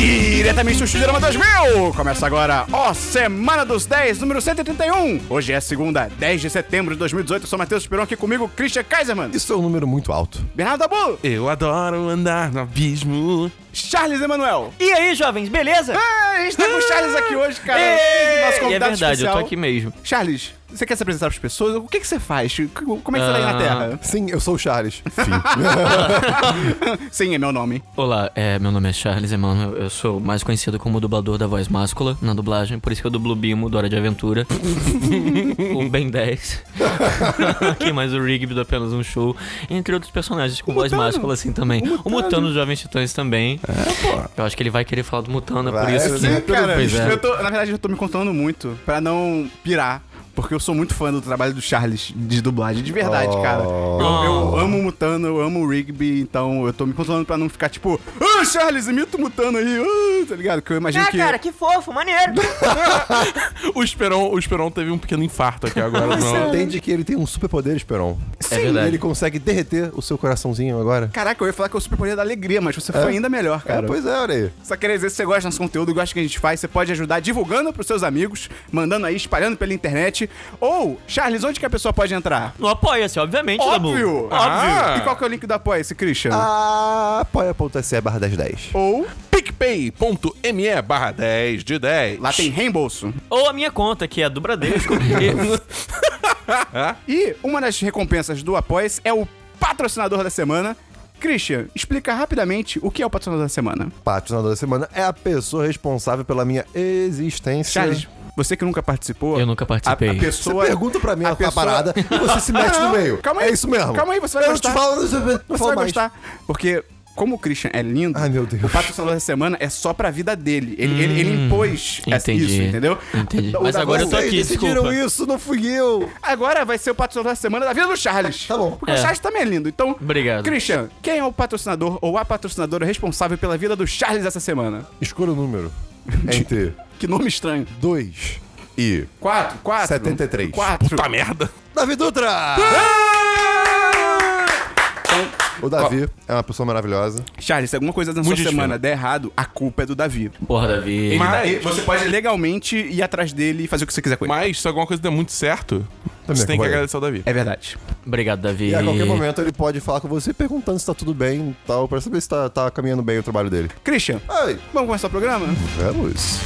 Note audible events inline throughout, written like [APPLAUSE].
diretamente do Chudirama 2000! Começa agora, ó, Semana dos 10, número 131! Hoje é segunda, 10 de setembro de 2018. Eu sou Matheus Esperon, aqui comigo, Christian Kaiserman, Isso é um número muito alto. Bernardo Dabu, Eu adoro andar no abismo. Charles Emanuel. E aí, jovens, beleza? Ah, a gente tá com o Charles aqui hoje, cara. Nosso E é convidado verdade, eu especial. tô aqui mesmo. Charles, você quer se apresentar pras pessoas? O que, que você faz? Como é que você tá aí na Ah. Terra? Sim, eu sou o Charles. Fim. Sim, é meu nome. Olá, é, meu nome é Charles Emanuel, eu sou mais conhecido como dublador da voz máscula na dublagem, por isso que eu dublo o Bimo do Hora de Aventura, o Ben 10, [LAUGHS] aqui mais o Rigby do Apenas Um Show, entre outros personagens com voz máscula assim também. O Mutano dos Jovens Titãs também. Eu acho que ele vai querer falar do Mutano, é por Vai, isso eu que... sei, cara, Pois é. eu tô, na verdade eu tô me controlando muito pra não pirar. Porque eu sou muito fã do trabalho do Charles de dublagem, de verdade, Oh. cara. Eu, eu amo o Mutano, eu amo o Rigby, então eu tô me controlando pra não ficar tipo, ah, Charles, imita o Mutano aí, ah", tá ligado? Que eu imagino que. que fofo, maneiro. O Esperon, o Esperon teve um pequeno infarto aqui agora. Você não. entende que ele tem um superpoder, Esperon. É verdade. Ele consegue derreter o seu coraçãozinho agora. Caraca, eu ia falar que é o superpoder da alegria, mas você foi ainda melhor, cara. É, pois é, olha aí. Só queria dizer, se você gosta do nosso conteúdo, gosta do que a gente faz, você pode ajudar divulgando pros seus amigos, mandando aí, espalhando pela internet. Ou, Charles, onde que a pessoa pode entrar? No Apoia-se, obviamente, Dabu. Óbvio! Ah. Óbvio! E qual que é o link do Apoia-se, Christian? Hum. Apoia.se barra 1010. Ou PicPay.me barra 10 de 10. lá tem reembolso. Ou a minha conta, que é a do Bradesco. E uma das recompensas do Apoia-se é o patrocinador da semana. Christian, explica rapidamente o que é o patrocinador da semana. Patrocinador da semana é a pessoa responsável pela minha existência. Charles, você que nunca participou. Eu nunca participei. A, a Você pessoa. pergunta pra mim a, pessoa- parada e você se mete Não, no meio. calma aí. É isso mesmo. Calma aí, você vai eu gostar. te falo, não sei- não Você falo vai mais. gostar. Porque, como o Christian é lindo, Ai, meu Deus. o patrocinador da semana é só pra vida dele. Ele, ele, ele impôs essa- Hum, entendi. isso, entendeu? Então, Entendi. O Mas da- agora eu tô Vocês aqui, decidiram desculpa. isso, não fui eu. Agora vai ser o patrocinador da semana da vida do Charles. Tá bom. Porque o É. Charles também é lindo. Então, Obrigado. Christian, quem é o patrocinador ou a patrocinadora responsável pela vida do Charles essa semana? Escolha o [LAUGHS] número. Entre Que nome estranho. 2 e... Quatro, quatro. 73. Quatro. Puta Tá merda. Davi Dutra! É! O Davi é uma pessoa maravilhosa. Charles, se alguma coisa na sua Muito semana der errado, a culpa é do Davi. Porra, Davi. Mas- Daí Ah, você pode legalmente ir atrás dele e fazer o que você quiser com ele. Mas se alguma coisa der muito certo, Também você tem que acompanha. agradecer ao Davi. É verdade. Obrigado, Davi. E a qualquer momento ele pode falar com você perguntando se tá tudo bem e tal, pra saber se tá, tá caminhando bem o trabalho dele. Christian, Ai, vamos começar o programa? vamos.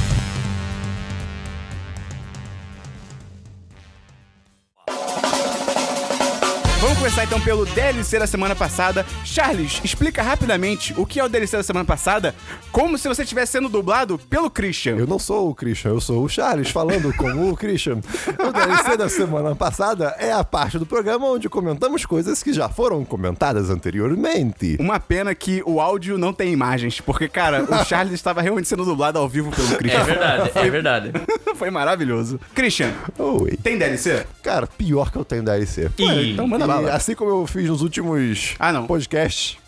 Vamos começar então pelo DLC da semana passada. Charles, explica rapidamente o que é o DLC da semana passada, como se você estivesse sendo dublado pelo Christian. Eu não sou o Christian, eu sou o Charles, falando com o [LAUGHS] Christian. O DLC da semana passada é a parte do programa onde comentamos coisas que já foram comentadas anteriormente. Uma pena que o áudio não tem imagens, porque, cara, [LAUGHS] o Charles estava realmente sendo dublado ao vivo pelo É Christian. verdade, é verdade. [LAUGHS] Foi maravilhoso. Christian, Oi. tem DLC? Cara, pior que eu tenho DLC. E... Então manda E bala. assim como eu fiz nos últimos Ah, não. podcasts,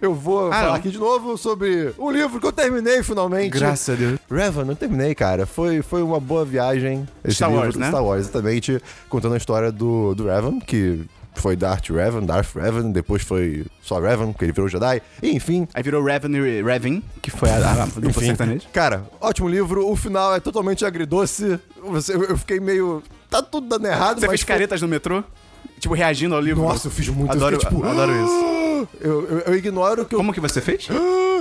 eu vou falar não. aqui de novo sobre o livro que eu terminei finalmente. Graças a Deus. Revan, não terminei, cara. Foi, foi uma boa viagem. Esse Star livro Wars, do né? Star Wars, exatamente. Contando a história do, do Revan, que foi Darth Revan, Darth Revan, depois foi só Revan, porque ele virou Jedi. E, enfim. Aí virou Revenue Reven, que foi a, a, a dupla Enfim, sertaneja. cara, ótimo livro. O final é totalmente agridoce. Você- Eu eu fiquei meio. Tá tudo dando errado, Você fez mas. foi- caretas no metrô? Tipo, reagindo ao livro? Nossa, eu fiz muito eu Adoro, fiquei, tipo, adoro isso. [GASPS] Eu, eu, eu ignoro que eu Como que você fez? [GASPS]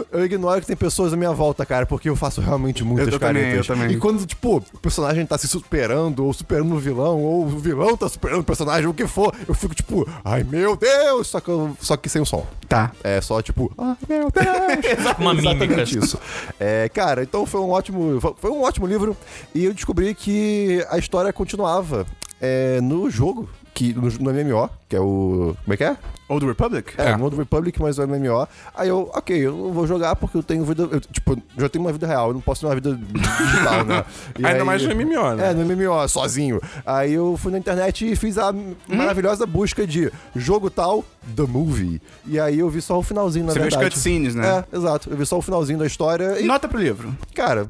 Eu ignoro que tem pessoas à minha volta, cara, porque eu faço realmente muitas Eu também, caretas. eu também. E quando, tipo, o personagem tá se superando, ou superando o vilão, ou o vilão tá superando o personagem, o que for, eu fico tipo, ai meu Deus! Só que, eu- só que sem o som. Tá. É só tipo, ai meu Deus! Uma mímica. Exatamente isso. É, cara, então foi um ótimo. Foi um ótimo livro. E eu descobri que a história continuava é, no jogo. Que, no, no MMO, que é o. Como é que é? Old Republic? É, É. no Old Republic, mas o MMO. Aí eu, ok, eu não vou jogar porque eu tenho vida. Eu, tipo, já tenho uma vida real, eu não posso ter uma vida digital, né? E [LAUGHS] Ainda aí- mais no MMO, né? É, no MMO, sozinho. Aí eu fui na internet e fiz a maravilhosa busca de jogo tal, The Movie. E aí eu vi só o finalzinho, na Você viu os verdade. cutscenes, né? É, exato. Eu vi só o finalzinho da história e, Nota pro livro. cara.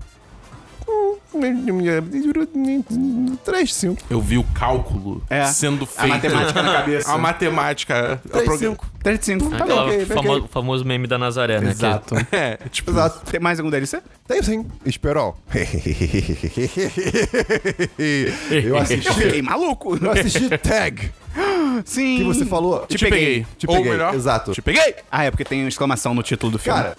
3, 5. Eu vi o cálculo É. sendo A feito. matemática na cabeça. [LAUGHS] A matemática. a 3, progra- 5. 35. Tá bom. Aquela ok, famo- ok. famoso meme da Nazaré, né? Exato. [LAUGHS] É, tipo. Exato. Tem mais algum DLC? Tem sim. Esperol. [LAUGHS] eu Eu assisti. fiquei maluco. [LAUGHS] Eu assisti Tag, Sim. que você falou. tipo, Te Te peguei. peguei. Te Ou peguei, melhor, exato. Te peguei. Ah, é porque tem exclamação no título do filme. Cara,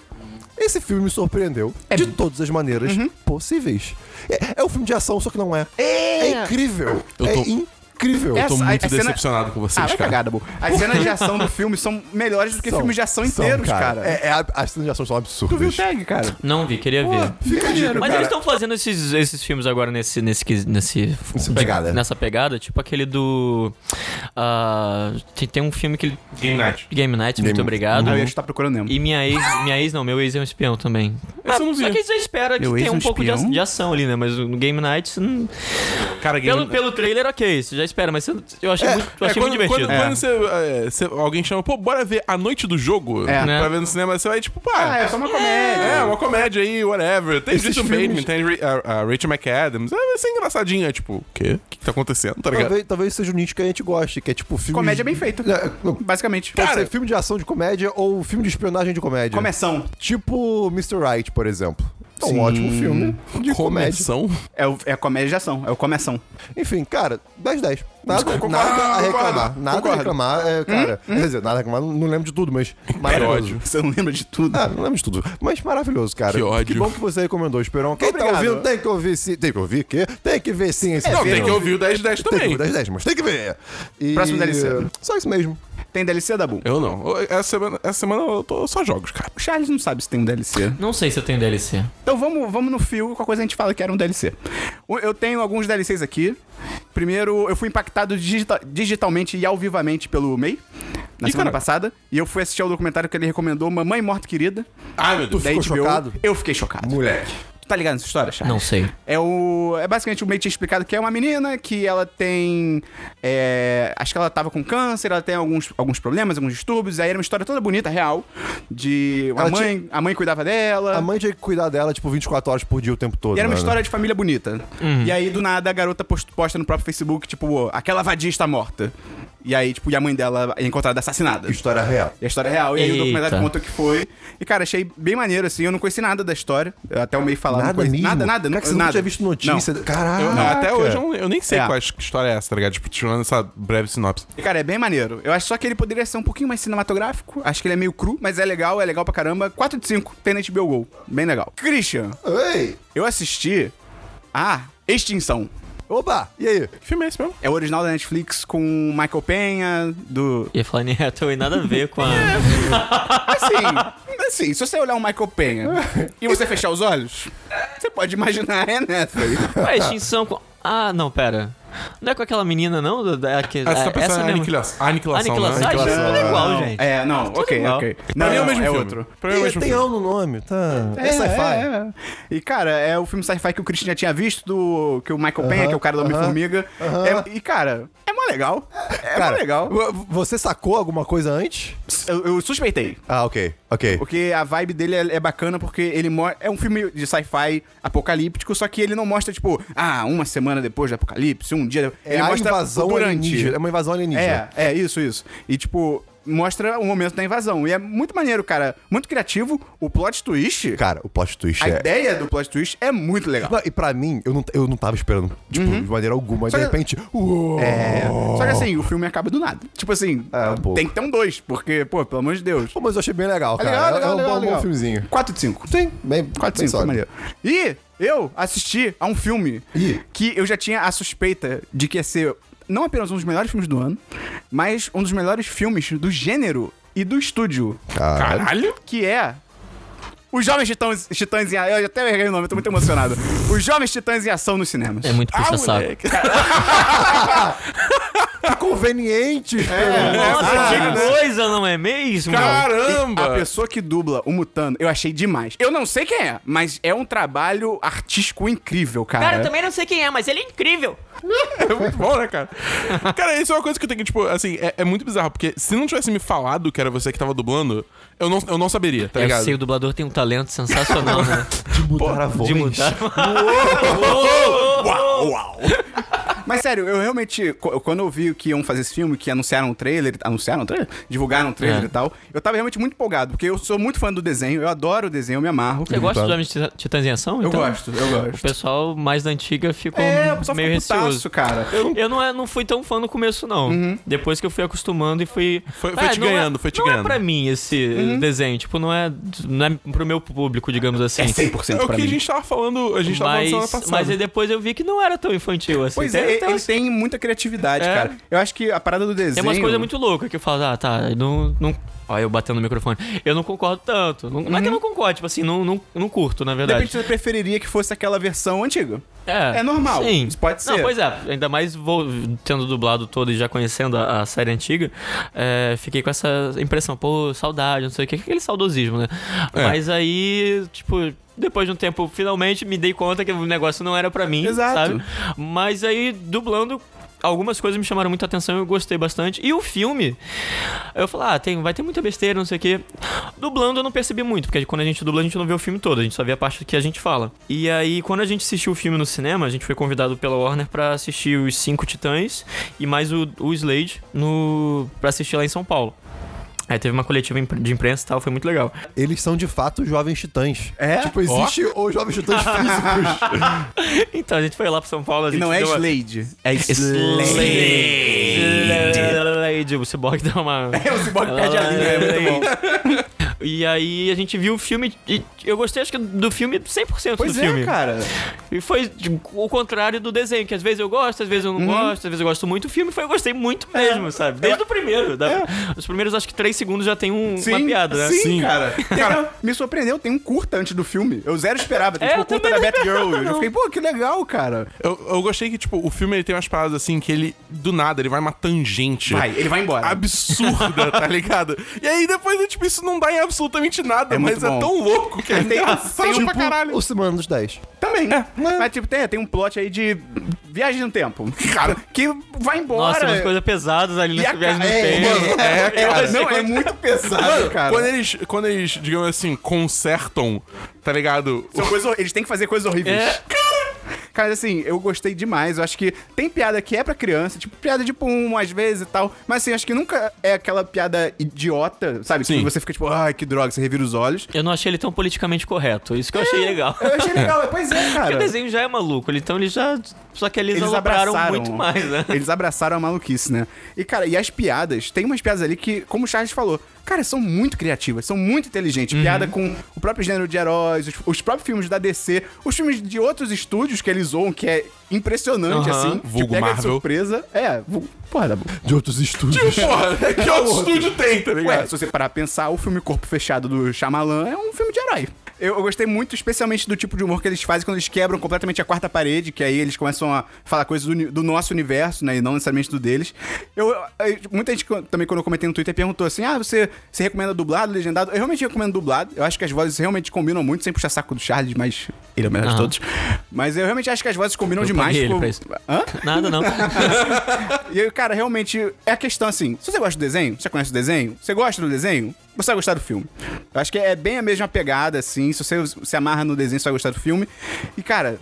esse filme me surpreendeu É de todas as maneiras Uhum. possíveis. É, é um filme de ação, só que não é. É, incrível. Eu tô- É incrível. É Eu tô Essa- muito a cena- decepcionado com Ah, vocês, vai cara. cagada, Bu. As cenas de ação do filme são melhores do que São- filmes de ação são, inteiros, cara. É, é ab- as cenas de ação são absurdas. Tu viu o tag, cara? Não vi, queria ver. Fica a dica, Mas cara. eles estão fazendo esses, esses filmes agora nesse, nesse, quis- nesse Nessa pegada. nessa pegada, tipo aquele do. ah, tem, tem um filme que ele. Game Night. Game Night, Game- muito obrigado. Ah, eu ia estar procurando mesmo. E minha ex, minha ex não, meu ex é um espião também. Esse eu não vi. Só que você espera que Meu ex tenha é um, um pouco de, espião? a- de ação ali, né? Mas no Game Night, você não- Cara, Game pelo, pelo trailer, ok, você já espera, mas você- eu achei, muito, eu É, achei quando, muito divertido. quando- É. quando você, é, você- alguém chama, pô, bora ver a noite do jogo É. Né? pra ver no cinema, você vai tipo, pá, Ah, é só uma comédia. É, uma comédia aí, whatever. Tem Esses Jason filmes- Bateman, tem a, a Rachel McAdams. É, vai ser engraçadinho. É tipo, o quê? O que que tá acontecendo? Tá ligado? Talvez, talvez seja o nicho que a gente goste, que é tipo filme. É, Comédia bem feita. Basicamente. Pode Cara, ser filme de ação de comédia ou filme de espionagem de comédia. começão. Tipo Mr. Right, por exemplo. É um Sim. ótimo filme de comédia. Começão. É, o- é a comédia de ação. É o começão. Enfim, cara, 10 10. Nada, Concordo, nada a concordo, reclamar. Nada concordo. Hum? a reclamar, é, cara. Quer dizer, nada a reclamar, não lembro de tudo, mas. Maravilhoso. ódio. Você [LAUGHS] não lembra de tudo. Ah, não lembro de tudo. Mas maravilhoso, cara. Que ódio. bom que você recomendou, Esperão. Quem tá Obrigado. ouvindo tem que ouvir sim. Tem que ouvir o quê? Tem que ver sim esse Não, filme. tem que ouvir o 10 de 10 Tem que também. ouvir 10 10, mas tem que ver. E- Próximo DLC. Só isso mesmo. Tem DLC da Bu. Eu não. Essa semana, essa semana eu tô só jogos, cara. O Charles não sabe se tem um DLC. Não sei se eu tenho DLC. Então vamos, vamos no fio, qualquer coisa a gente fala que era um DLC. O- Eu tenho alguns DLCs aqui. Primeiro, eu fui impactado digita- digitalmente e ao vivamente pelo MEI. Na Ih, semana caralho. passada. E eu fui assistir ao documentário que ele recomendou, Mamãe Morta Querida. Ai, meu Deus. da ficou HBO. chocado? Eu fiquei chocado. Moleque. Tu tá ligado nessa história, Charles? Não sei. É o. É basicamente o meio tinha explicado que é uma menina que ela tem. é, acho que ela tava com câncer, ela tem alguns, alguns problemas, alguns distúrbios. Aí era uma história toda bonita, real. De. A Ela mãe, a mãe cuidava dela. A mãe tinha que cuidar dela, tipo, 24 horas por dia o tempo todo. E era uma né? história de família bonita. E aí, do nada, a garota post- posta no próprio Facebook, tipo, "Ô, aquela vadia está morta. E aí, tipo, e a mãe dela é encontrada assassinada. História real. E a história é real. E aí o Eita. documentário conta o que foi. E, cara, achei bem maneiro, assim. Eu não conheci nada da história. Eu até o meio falado. Nada conheci- mesmo? Nada, nada. Cara, não- é que você nunca nada. tinha visto notícia. Caraca. Eu- não, Ah, até hoje eu, não- eu nem sei É. qual é a história é essa, tá ligado? Tipo, tirando essa breve sinopse. E, Cara, é bem maneiro. Eu acho só que ele poderia ser um pouquinho mais cinematográfico. Acho que ele é meio cru, mas é legal, é legal pra caramba. 4 de 5, tem na HBO Go. Bem legal. Christian, Ei! eu assisti a Extinção. Opa! E aí? Que filme é esse mesmo? É o original da Netflix com o Michael Penha, [LAUGHS] do... [LAUGHS] Ia falar em Hathaway, nada a ver [LAUGHS] com a. Assim, assim, se você olhar o Michael Penha e você fechar os olhos, você pode imaginar, é, né? a extinção com. Ah, não, pera. Não é com aquela menina, não? Da- da- que- Ah, você tá é- essa pensando em mesmo. aniquilação. Aniquilação, Aniquilação. né? Ah, Aniquilação. isso não [LAUGHS] é igual, Não, gente. É, não, ok, igual. ok. Não, Pra mim é o não, mesmo filme. outro. Pra mim é o Ih, mesmo tem filme. ano no nome, tá? É, É, sci-fi. é, é. E, cara, é o filme sci-fi que o Christian já tinha visto, do, que o Michael Penha, que é o cara do aham, Homem-Formiga. aham. É- e, cara, é mó legal. É Ah, mó legal. vo- Você sacou alguma coisa antes? Eu, eu suspeitei. Ah, ok, ok. Porque a vibe dele é, é bacana, porque ele mo- é um filme de sci-fi apocalíptico, só que ele não mostra, tipo, ah, uma semana depois do apocalipse, um dia. É ele a mostra invasão alienígena. É uma invasão É, alienígena. é, isso, isso. E, tipo, mostra o momento da invasão. E é muito maneiro, cara. Muito criativo. O plot twist, Cara, o plot twist a é... ideia do plot twist é muito legal. Não, e pra mim, eu não, eu não tava esperando, tipo, de maneira alguma. E de Só que- repente... Uou! É. Só que assim, o filme acaba do nada. Tipo assim, Oh. É, um pouco. tem que ter um dois, porque, pô, pelo amor de Deus. Pô, mas eu achei bem legal, É cara. legal, legal, é um legal, bom, legal. bom filmezinho. 4 de 5. Sim, bem, 4 bem de 5, sólido. maneiro. E eu assisti a um filme Ih. que eu já tinha a suspeita de que ia ser não apenas um dos melhores filmes do ano, mas um dos melhores filmes do gênero e do estúdio, Caralho. Caralho? que é... Os Jovens Titãs, Titãs em... Eu até errei o nome, eu tô muito emocionado. Ah, Os Jovens Titãs em Ação nos cinemas. É muito puxa-saco. moleque. Que conveniente! É. Nossa, cara, que é. né? coisa, não é mesmo? A Caramba! pessoa que dubla o Mutano, eu achei demais. Eu não sei quem é, mas é um trabalho artístico incrível, cara. Cara, eu também não sei quem é, mas ele é incrível. É muito bom, né, cara? Cara, isso é uma coisa que eu tenho que, tipo, assim, é, é muito bizarro, porque se não tivesse me falado que era você que tava dublando, eu não, eu não saberia, É tá eu ligado? sei, o dublador tem um talento sensacional, né? [LAUGHS] mudar a voz. De mudar. Uau, uau. Mas sério, eu realmente, co- quando eu vi que iam fazer esse filme, que anunciaram o trailer, anunciaram o trailer? Divulgaram o trailer É. e tal, eu tava realmente muito empolgado, porque eu sou muito fã do desenho, eu adoro o desenho, eu me amarro. Você gosta tá. dos Homens Tita- Titãs em Ação? Eu então? gosto, eu O gosto. pessoal mais da antiga ficou É, o pessoal meio ficou putaço, receoso. cara. Eu não, é- não fui tão fã no começo, não. Depois que eu fui acostumando e fui. Uhum. Foi- foi te não ganhando, é, foi te não ganhando. Uhum. é pra mim esse desenho. Tipo, não é, não é pro meu público, digamos assim. É É 100% o pra que a mim. gente tava falando, a gente tava falando semana mas, passada. mas aí depois eu vi que não era tão infantil assim. Pois Tem- é, tem ele umas- tem muita criatividade, É. cara. Eu acho que a parada do desenho... Tem umas coisas muito loucas que eu falo, ah, tá, eu não. não... Olha, eu batendo no microfone. Eu não concordo tanto. Não, não é que eu não Uhum. concordo, tipo assim, não, não, não curto, na De verdade. repente você preferiria que fosse aquela versão antiga. É normal, Sim. isso pode ser. Não, pois é. Ainda mais vou, tendo dublado todo e já conhecendo a, a série antiga, é, fiquei com essa impressão, pô, saudade, não sei o que, aquele saudosismo, né? É. Mas aí, tipo. Depois de um tempo, finalmente me dei conta que o negócio não era pra mim, Exato. sabe? Mas aí, dublando, algumas coisas me chamaram muita atenção e eu gostei bastante. E o filme, eu falei, ah, tem, vai ter muita besteira, não sei o quê. Dublando eu não percebi muito, porque quando a gente dubla a gente não vê o filme todo, a gente só vê a parte que a gente fala. E aí, quando a gente assistiu o filme no cinema, a gente foi convidado pela Warner pra assistir os Cinco Titãs e mais o, o Slade no, pra assistir lá em São Paulo. Aí teve uma coletiva impre- de imprensa e tal, foi muito legal. [LAUGHS] Eles são de fato jovens titãs. É? Tipo, existe os jovens titãs físicos. Então a gente foi lá pra São Paulo, a E gente não é deu uma- Slade, é Slade. Slade. Slade. O Cyborg dá uma... É, o Cyborg perde a linha, é muito bom. [LAUGHS] E aí a gente viu o filme e eu gostei acho que do filme 100% Pois do é, filme. cara. E foi tipo, o contrário do desenho, que às vezes eu gosto, às vezes eu não Uhum. gosto, às vezes eu gosto muito. O filme foi eu gostei muito É. mesmo, sabe? Desde o primeiro. da- Os primeiros acho que três segundos já tem um, uma piada, né? Sim, Sim. cara. Tem- [LAUGHS] me surpreendeu, tem um curta antes do filme. Eu zero esperava, tem É, tipo eu o curta da também Batgirl. Eu fiquei, pô, que legal, cara. Eu, eu gostei que, tipo, o filme ele tem umas paradas assim que ele, do nada, ele vai uma tangente. Vai, ele vai embora. [LAUGHS] Absurda, tá ligado? E aí depois, é, tipo, isso não dá em absolutamente nada, É muito mas bom. é tão louco que é Tem- engraçado tem um- pra caralho. Tipo, o Semana dos 10. Ah, é, Também. Mas, tipo, tem, tem um plot aí de viagem no tempo. Cara, que vai embora. Nossa, umas coisas pesadas ali E a nessa viagem no ca- é, tempo. mano, é, É, cara. não, é muito pesado, Mano, cara. Quando eles, quando eles, digamos assim, consertam, tá ligado? São coisas hor- eles têm que fazer coisas horríveis. É. Cara, assim, eu gostei demais. Eu acho que tem piada que é pra criança, tipo, piada de pum, às vezes e tal. Mas, assim, acho que nunca é aquela piada idiota, sabe? Que Sim. você fica tipo, ai, que droga, você revira os olhos. Eu não achei ele tão politicamente correto, isso que eu achei legal. Eu achei legal, pois é, Porque [LAUGHS] o cara. desenho já é maluco, então eles já. Só que eles, Eles elaboraram abraçaram. muito mais, né? [LAUGHS] Eles abraçaram a maluquice, né? E, cara, e as piadas, tem umas piadas ali que, como o Charles falou, cara, são muito criativas, são muito inteligentes. Uhum. Piada com o próprio gênero de heróis, os, os próprios filmes da DC, os filmes de outros estúdios que eles zoam, que é impressionante, Aham. assim. Te Vulgo pega de Marvel. surpresa. É, vu- porra, Dabu. De outros estúdios. [LAUGHS] Porra, que outro estúdio tem, tá Ué, ligado? se você parar pra pensar, o filme Corpo Fechado do Shyamalan é um filme de herói. Eu, eu gostei muito, especialmente do tipo de humor que eles fazem quando eles quebram completamente a quarta parede, que aí eles começam a falar coisas do, uni- do nosso universo, né? E não necessariamente do deles. Eu, eu- muita gente co- também, quando eu comentei no Twitter, perguntou assim: ah, você, você recomenda dublado, legendado? Eu realmente recomendo dublado. Eu acho que as vozes realmente combinam muito, sem puxar saco do Charles, mas ele é o melhor de Aham. todos. Mas eu realmente acho que as vozes combinam Eu demais. paguei ele com- pra isso. Hã? Nada não. E aí, cara, realmente é a questão assim: se você gosta do desenho, você conhece o desenho, você gosta do desenho, você vai gostar do filme. Eu acho que é bem a mesma pegada, assim. Se você se amarra no desenho, você vai gostar do filme. E, cara.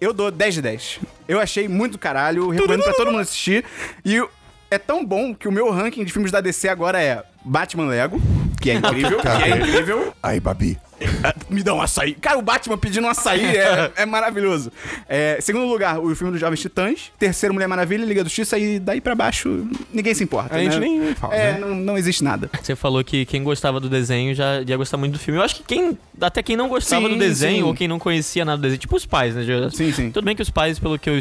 Eu dou 10 de 10. Eu achei muito do caralho, recomendo pra todo mundo assistir. E é tão bom que o meu ranking de filmes da DC agora é Batman Lego, que é incrível, que é incrível. Aí, Babi. Me dá um açaí. Cara, o Batman pedindo um açaí [LAUGHS] é, é maravilhoso. É, segundo lugar, o filme dos Jovens Titãs. Terceiro, Mulher Maravilha, Liga do Justiça. E daí pra baixo, ninguém se importa. A né? gente nem fala, É, né? não, não existe nada. Você falou que quem gostava do desenho já ia gostar muito do filme. Eu acho que quem. Até quem não gostava Sim, do desenho sim. ou quem não conhecia nada do desenho. Tipo os pais, né? já- Sim, sim. Tudo bem que os pais, pelo que eu,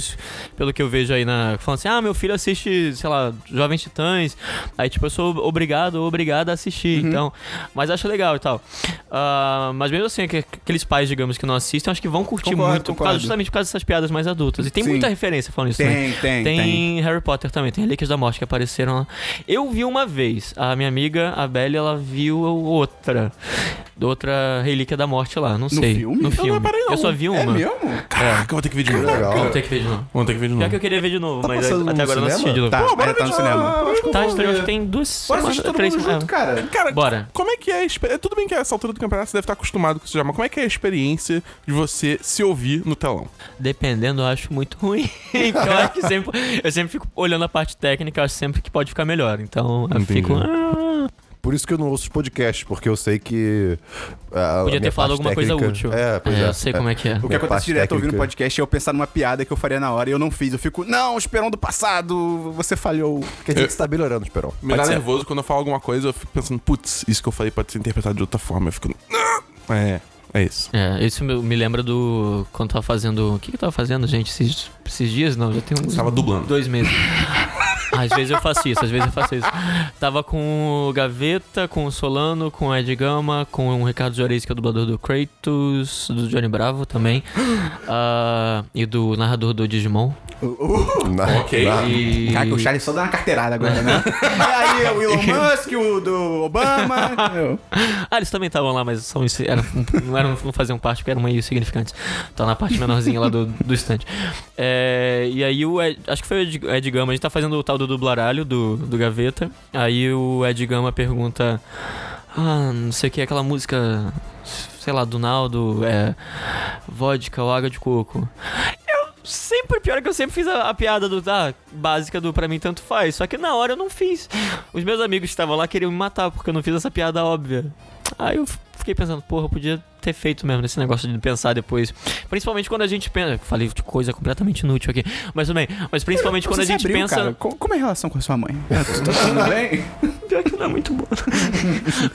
pelo que eu vejo aí na. Falando assim, ah, meu filho assiste, sei lá, Jovens Titãs. Uhum. Aí, tipo, eu sou obrigado ou obrigada a assistir. Então. Mas acho legal e tal. Ah, Ah, mas mesmo assim, aqu- aqueles pais, digamos, que não assistem, acho que vão curtir Concordo, muito, por causa- concordo. justamente por causa dessas piadas mais adultas. E tem Sim. muita referência falando isso Tem, também. tem, É Harry Potter também, tem Relíquias da Morte que apareceram lá. Eu vi uma vez, a minha amiga, a Belle, ela viu outra. Outra Relíquia da Morte lá, não sei. filme? No Eu não filme. reparei, não. Eu só vi uma. É mesmo? Caraca, eu vou ter É. que ver de novo. Legal. Vou ter que ver de novo. Vou ter que ver de Pior novo. que eu queria ver de novo, Hum. mas Tá passando até no agora eu não assisti cinema? de novo. Tá, ainda tá no cinema. Ah, acho que eu Tá vou estranho, ver. acho que tem duas Bora assistir semanas- todo três mundo semanas. junto, cara. Cara, Bora. como é que é a experiência. Tudo bem que a essa altura do campeonato você deve estar acostumado com isso já, mas como é que é a experiência de você se ouvir no telão? Dependendo, eu acho muito ruim. [LAUGHS] então, eu acho que sempre. Eu sempre fico olhando a parte técnica, eu acho sempre que pode ficar melhor. Então, eu Entendi. fico. "Ah, Por isso que eu não ouço os podcasts, porque eu sei que. ah, a podia ter minha falado parte alguma coisa técnica- útil. É, pois é. eu sei como é que é. O que Minha acontece parte direto ouvindo técnica. podcast é eu pensar numa piada que eu faria na hora e eu não fiz. Eu fico, não, Esperão do passado, você falhou. [LAUGHS] Quer dizer que você tá melhorando, Esperão. Me dá ser. nervoso quando eu falo alguma coisa, eu fico pensando, putz, isso que eu falei pode ser interpretado de outra forma. Eu fico. "Ah!" É, é isso. É, isso me, me lembra do. Quando tava fazendo. O que que eu tava fazendo, gente? Esses, esses dias? Não, já tem uns. Tava dublando. Dois meses. às vezes eu faço isso, às vezes eu faço isso. Tava com o Gaveta, com o Solano, com o Ed Gama, com o Ricardo Juarez, que é o dublador do Kratos, do Johnny Bravo também. ah, e do narrador do Digimon. Uh, Na- Ok. na- E... Caraca, o Charlie só dá uma carteirada agora, [LAUGHS] né? é aí é o [LAUGHS] Elon Musk, o do Obama. [LAUGHS] entendeu? Ah, eles também estavam lá, mas são, ins- eram, não, eram, não faziam parte porque eram meio insignificantes. Tá na parte menorzinha lá do, do stand. É, e aí o Ed, acho que foi o Ed, Ed Gama, a gente tá fazendo o tal do dublaralho do, do Gaveta. Aí o Ed Gama pergunta: Ah, não sei o que, aquela música, sei lá, do Naldo, é. Vodka ou água de coco. Eu Sempre, pior é que eu sempre fiz a, a piada do, da básica do pra mim tanto faz. Só que na hora eu não fiz. Os meus amigos que estavam lá queriam me matar porque eu não fiz essa piada óbvia. Aí eu f- fiquei pensando, porra, eu podia ter feito mesmo nesse negócio de pensar depois. Principalmente quando a gente pensa. Falei de coisa completamente inútil aqui. Mas também. Mas principalmente quando Você a se gente abriu, pensa. cara. Co- Como é a relação com a sua mãe? Tá tudo [LAUGHS] bem? Pior que não é muito bom. [LAUGHS]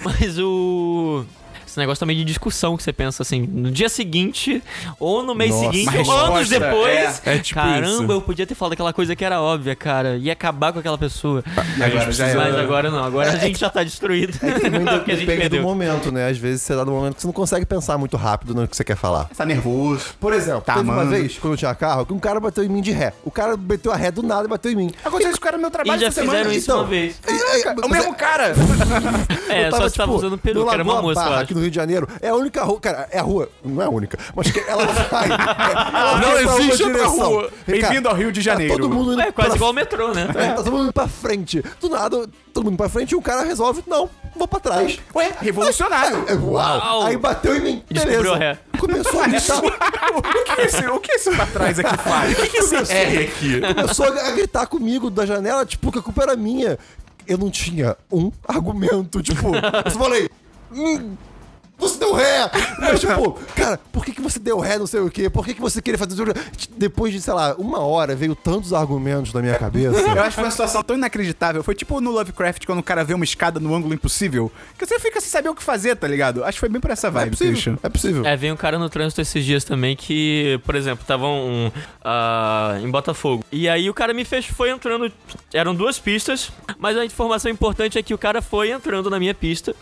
Mas o. Esse negócio também de discussão que você pensa assim, no dia seguinte, ou no mês Nossa, seguinte, uma ou anos resposta, depois. é. É tipo caramba, isso. eu podia ter falado aquela coisa que era óbvia, cara. Ia acabar com aquela pessoa. E agora já é. É. Mas era. agora não, agora a gente já tá destruído. Também [LAUGHS] de- porque a gente depende do perdeu. momento, né? Às vezes você dá num momento que você não consegue pensar muito rápido no que você quer falar. Tá nervoso. Por exemplo, Tá, teve uma mano. vez, quando eu tinha carro, que um cara bateu em mim de ré. O cara meteu a ré do nada e bateu em mim. Aconteceu isso com o cara no meu E trabalho já essa semana. fizeram isso uma então. vez. E- e- É o mesmo cara. É, eu tava, só você tava tipo, usando no peruca, era uma Lagoa moça, eu Barra, acho. aqui no Rio de Janeiro. É a única rua. Cara, é a rua. Não é a única. Mas que ela [LAUGHS] vai. ela Não vai pra existe outra direção. rua. E, cara, Bem-vindo ao Rio de tá Janeiro. Todo mundo indo É quase pra- igual o metrô, né? É, tá todo mundo indo pra frente. Do nada, todo mundo pra frente e o cara resolve, não, vou pra trás. Ué, revolucionário. É, Uau. É, Uau. Aí bateu em mim. Descobriu Beleza. a ré. [LAUGHS] Começou a gritar. [LAUGHS] o, que é esse, o que esse pra trás aqui faz? O que, que esse R aqui? É. Começou a gritar comigo da janela, tipo, que a culpa era minha. Eu não tinha um argumento, tipo, eu só falei. "Hum, você deu ré! Mas, tipo, cara, por que, que você deu ré, não sei o quê? Por que, que você queria fazer. Depois de, sei lá, uma hora, veio tantos argumentos na minha Eu cabeça. acho que foi uma situação tão inacreditável. Foi tipo no Lovecraft, quando o cara vê uma escada no ângulo impossível, que você fica sem saber o que fazer, tá ligado? Acho que foi bem por essa É vibe, possível. bicho. É possível. É, veio um cara no trânsito esses dias também que, por exemplo, tava um, ah, em Botafogo. E aí o cara me fez, foi entrando. Eram duas pistas, mas a informação importante é que o cara foi entrando na minha pista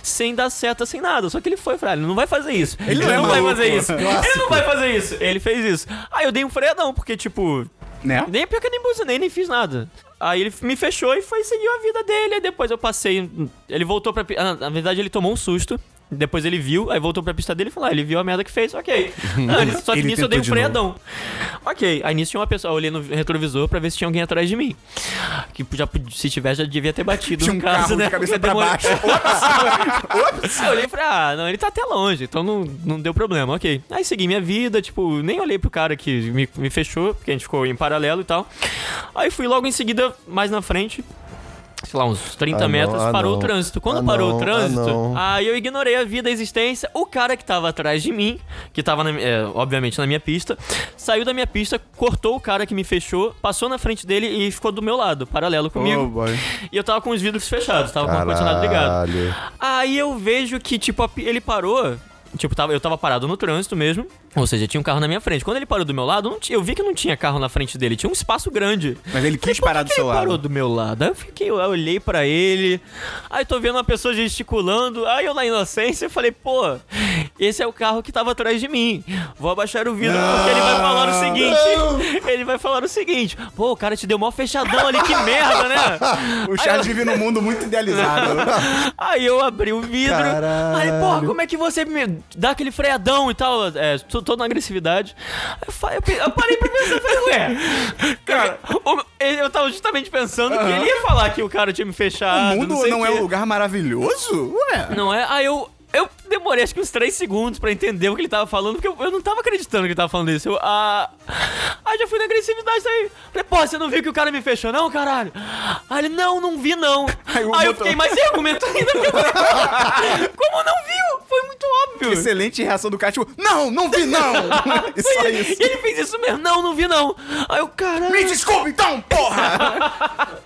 sem dar seta, sem nada. Só que ele foi, eu falei, ah, ele não vai fazer isso. Ele, não é não vai maluco. fazer isso. Ele não vai fazer isso. Ele fez isso. Aí eu dei um freadão, porque, tipo, Né? nem pior que eu nem buzinei, nem fiz nada. Aí ele me fechou e foi seguiu a vida dele. Aí depois eu passei. Ele voltou pra. pi- ah, Na verdade, ele tomou um susto. Depois ele viu, aí voltou pra pista dele e falou: ah, ele viu a merda que [LAUGHS] fez, ok. Ah, ele- Só que Ele nisso eu dei tentou um de freadão. Ok, aí nisso tinha uma pessoa. Eu olhei no retrovisor pra ver se tinha alguém atrás de mim. Que já, pod- se tiver, já devia ter batido. Tinha um no caso, carro né? de cabeça Porque pra demorou- baixo. Aí eu olhei e falei, ah, não, ele tá até longe, então não, não deu problema, ok. Aí segui minha vida, tipo, nem olhei pro cara que me, me fechou, porque a gente ficou em paralelo e tal. Aí fui logo em seguida, mais na frente, sei lá, uns 30 Ah, não, metros, ah, parou não. o trânsito. Quando Ah, parou não, o ah, trânsito, não. aí eu ignorei a vida, a existência. O cara que tava atrás de mim, que tava, na- é, obviamente, na minha pista, saiu da minha pista, cortou o cara que me fechou, passou na frente dele e ficou do meu lado, paralelo comigo. Oh. boy. E eu tava com os vidros fechados, tava com o ar-condicionado ligado. Aí eu vejo que, tipo, a pi- ele parou Tipo, tava, eu tava parado no trânsito mesmo. Ou seja, tinha um carro na minha frente. Quando ele parou do meu lado, eu não ti- eu vi que não tinha carro na frente dele. Tinha um espaço grande. Mas ele Eu falei, quis "Por que parar do que seu ele parou lado. do meu lado. Aí eu fiquei, eu olhei pra ele. Aí tô vendo uma pessoa gesticulando. Aí eu na inocência eu falei, pô, esse é o carro que tava atrás de mim. Vou abaixar o vidro porque ele vai falar o seguinte. Ele vai falar o seguinte. Pô, o cara te deu mó fechadão ali, que [LAUGHS] merda, né? O Charles vive num mundo muito idealizado. [LAUGHS] Aí eu abri o vidro. Caralho. Aí, porra, como é que você me dá aquele freadão e tal? É, tô, tô na agressividade. Aí eu, fa- eu pe- eu parei pra pensar, falei, ué. Cara, o- ele- eu tava justamente pensando que ele ia falar que o cara tinha me fechado. o mundo Ah, sei não, é quê. um lugar maravilhoso? Ué. Não é? Aí eu. Eu demorei acho que uns 3 segundos pra entender o que ele tava falando, porque eu, eu não tava acreditando que ele tava falando isso. Eu, ah, aí já fui na agressividade daí. Falei, pô, você não viu que o cara me fechou, não, caralho? Aí ele, não, não vi, não. [LAUGHS] Aí o Aí, eu botão- fiquei mais sem argumento ainda. porque eu falei, [LAUGHS] Como não viu? Foi muito óbvio. Excelente reação do cara, tipo, não, não vi não! e só isso. E ele fez isso mesmo, não, não vi, não. Aí eu, Me caralho. desculpa então, porra!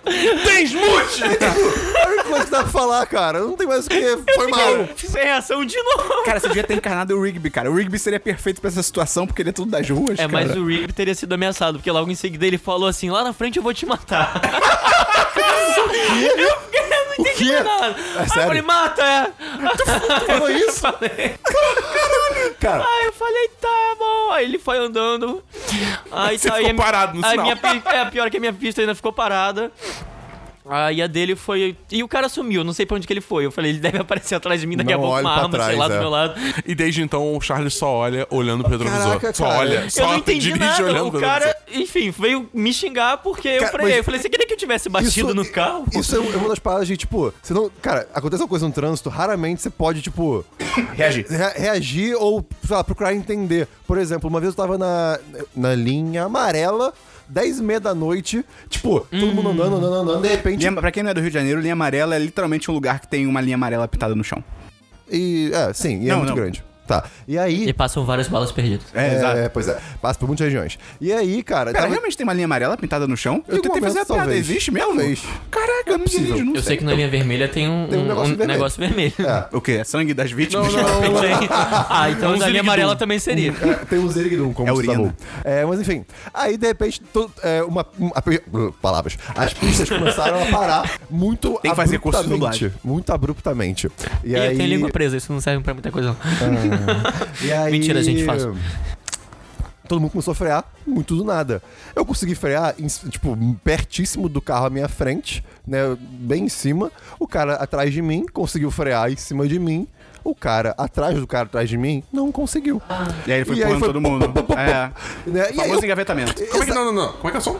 Desmute! A única coisa que dá pra falar, cara. Não tem mais o que. Foi mal. Sem reação de novo. Cara, você devia ter encarnado o Rigby, cara. O Rigby seria perfeito pra essa situação, porque ele é tudo das ruas, É, cara. mas o Rigby teria sido ameaçado, porque logo em seguida ele falou assim: lá na frente eu vou [LAUGHS] te matar. eu fiquei- eu não entendi mais nada. Aí eu É sério? falei, mata! é." [LAUGHS] Falou isso? Falei. Cara, Aí eu falei, tá bom. Aí ele foi andando. Aí Você tá, aí ficou a mi- parado no aí sinal. minha pi- É, pior é que a minha pista ainda ficou parada. Aí a dele foi. E o cara sumiu, não sei pra onde que ele foi. Eu falei, ele deve aparecer atrás de mim daqui Não a pouco, olhe uma pra arma, sei trás, lá, do é. meu lado. E desde então o Charles só olha olhando pro retrovisor. Caraca, só cara. olha. Só Eu não entendi dirige nada. olhando né? O pro cara, retrovisor. enfim, veio me xingar porque eu Cara, falei, mas- eu falei, você queria que eu tivesse batido no carro? Isso é uma das paradas de, tipo, você não. Cara, acontece uma coisa no trânsito, raramente você pode, tipo, Reagir. re- reagir ou, sei lá, procurar entender. Por exemplo, uma vez eu tava na, na linha amarela, 10 e meia da noite, tipo, todo mundo andando, andando, andando, de repente. Linha, pra quem não é do Rio de Janeiro, linha amarela é literalmente um lugar que tem uma linha amarela pintada no chão. E. É, sim, e é Não, muito não. grande. Tá. E aí. E passam várias balas perdidas. É, exato. é, pois é. Passa por muitas regiões. E aí, cara. Pera, tava- realmente tem uma linha amarela pintada no chão? Em algum Eu tentei fazer a momento, piada, talvez. existe mesmo? Talvez. Caraca, eu não possível. dirijo, não Eu sei que na linha vermelha tem um, Tem um um- um negócio negócio, vermelho. vermelho. [LAUGHS] É. O quê? É sangue das vítimas? Tem- ah, então da linha um ziriguidum. amarela também seria. É, tem um Zerigdum, como É se urina. chamou. É, mas enfim. Aí, de repente, to- é, uma, um- a pe- blu, palavras. As pistas começaram a parar muito Tem que fazer curso de abruptamente. Muito abruptamente. E, E eu aí... tenho língua presa, isso não serve pra muita coisa. não. E aí- Mentira, gente, fácil. Todo mundo começou a frear, muito do nada. Eu consegui frear, em c- tipo, pertíssimo do carro à minha frente, né? Bem em cima. O cara atrás de mim conseguiu frear em cima de mim. O cara atrás do cara atrás de mim não conseguiu. E aí ele foi E aí pulando foi todo pum, mundo. pum, pum, pum. É. Né? E aí Famoso eu- engavetamento. Como é que. Não, não, não. Como é que é o som?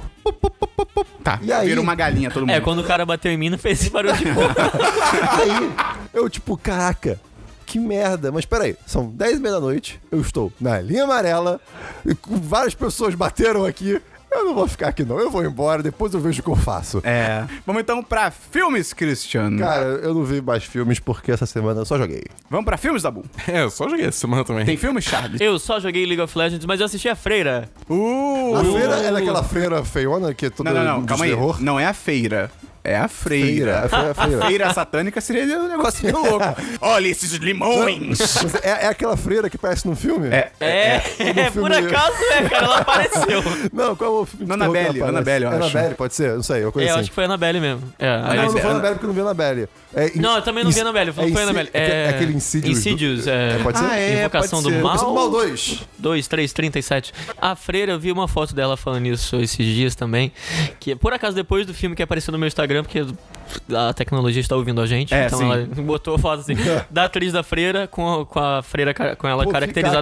Tá, E aí? virou uma galinha Hum. todo mundo. É, quando o cara bateu em mim, não fez esse barulho de boca. Aí, eu tipo, caraca, que merda. Mas peraí, são 10 e meia da noite, eu estou na linha amarela, e com- várias pessoas bateram aqui. Eu não vou ficar aqui não, eu vou embora, depois eu vejo o que eu faço. É. Vamos então pra filmes, Christian. Cara, eu não vi mais filmes porque essa semana eu só joguei. Vamos pra filmes, Dabu? É, eu só joguei essa semana também. Tem filmes, [LAUGHS] Charles? Eu só joguei League of Legends, mas eu assisti a Freira. Uh! A feira é daquela feira feiona que é toda Não, não, não, de calma aí. terror? Não é a feira. É a Feira, freira. a feira, a [LAUGHS] feira. assim, Feira satânica seria um [LAUGHS] negócio meio louco. Olha esses limões! Mas é, é aquela freira que parece num filme? É. [LAUGHS] É, no por filme- acaso é, cara, ela [LAUGHS] apareceu. Não, qual é o filme de terror Annabelle, que ela aparece? Annabelle, eu acho. Annabelle, pode ser? Não sei, uma É, coisa eu assim. acho que foi a Annabelle mesmo. É, Ah, aí- não, não foi é- Annabelle porque eu não vi Annabelle. É, in- Não, eu também não vi in- Annabelle. Não foi insi- Annabelle. É, É, é aquele Insidious. do- Insidious, é. Pode ser? Ah, é, Invocação pode do ser. Mal. Invocação do Mal 2. 2, 3, 37. A Freira, eu vi uma foto dela falando isso esses dias também. Que por acaso depois do filme que apareceu no meu Instagram, porque a tecnologia está ouvindo a gente. É, então sim. ela botou a foto assim, da atriz da Freira com, a- com a Freira, ca- com ela Pô, caracterizada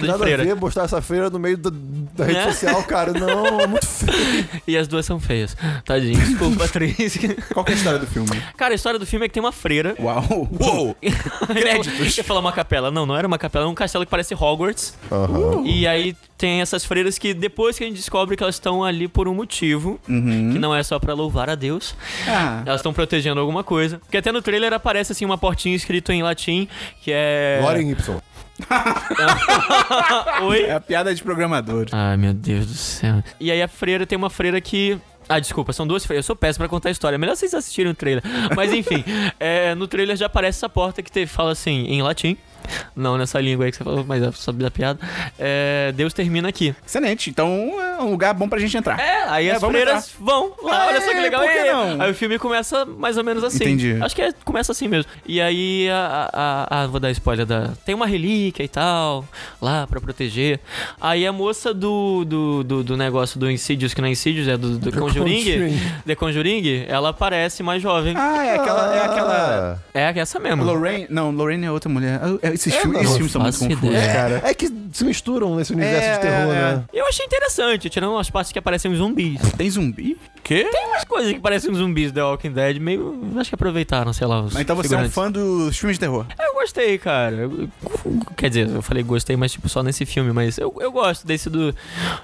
ficar, de nada a ver Freira. mostrar essa feira no meio da, da rede Né? social, cara. Não, é [LAUGHS] muito feio. E as duas são feias. Tadinho, desculpa, atriz. Qual que é a história do filme? Cara, a história do filme é que tem uma freira. Uau! Uou! [LAUGHS] Créditos. Eu ia falar uma capela. Não, não era uma capela, era um castelo que parece Hogwarts. Uh, E aí tem essas freiras que depois que a gente descobre que elas estão ali por um motivo, [LAUGHS] que não é só pra louvar a Deus, Uhum. Ah. elas estão protegendo alguma coisa. Porque até no trailer aparece assim uma portinha escrito em latim, que é Lauren Y. Oi. É a piada de programador. Ai, meu Deus do céu. E aí a freira tem uma freira que ah, desculpa, são duas freiras. Eu sou péssimo pra contar a história. É Melhor vocês assistirem o trailer. Mas enfim, é, no trailer já aparece essa porta que te fala assim, em latim, Não nessa língua aí que você falou, mas é sabe da piada. É, Deus termina aqui. Excelente. Então é um lugar bom pra gente entrar. É, aí É, as vamos freiras vão lá, É, olha só que legal. por que é. não? Aí o filme começa mais ou menos assim. Entendi. Acho que é- começa assim mesmo. E aí, a, a- a- vou dar spoiler da... Tem uma relíquia e tal, lá pra proteger. Aí a moça do, do, do, do negócio do Insidious, que não é Insidious, é do, do Conjuring, Conjuring. The Conjuring, ela parece mais jovem. Ah, é aquela. É aquela... Ah, É essa mesmo. Lorraine. Não, Lorraine é outra mulher. Ah, é, Esses, filmes, não, esses não filmes são muito faço confusos, ideia. cara. É que se misturam nesse universo É, de terror, é, né? Eu achei interessante, tirando umas partes que aparecem uns zumbis. Tem zumbi? Quê? Tem umas coisas que parecem uns zumbis do The Walking Dead, meio. Acho que aproveitaram, sei lá. Os Mas Então você é um figurantes. fã dos filmes de terror. Eu gostei, cara. Eu- Quer dizer, eu falei gostei, mas tipo, só nesse filme, mas eu, eu gosto desse do.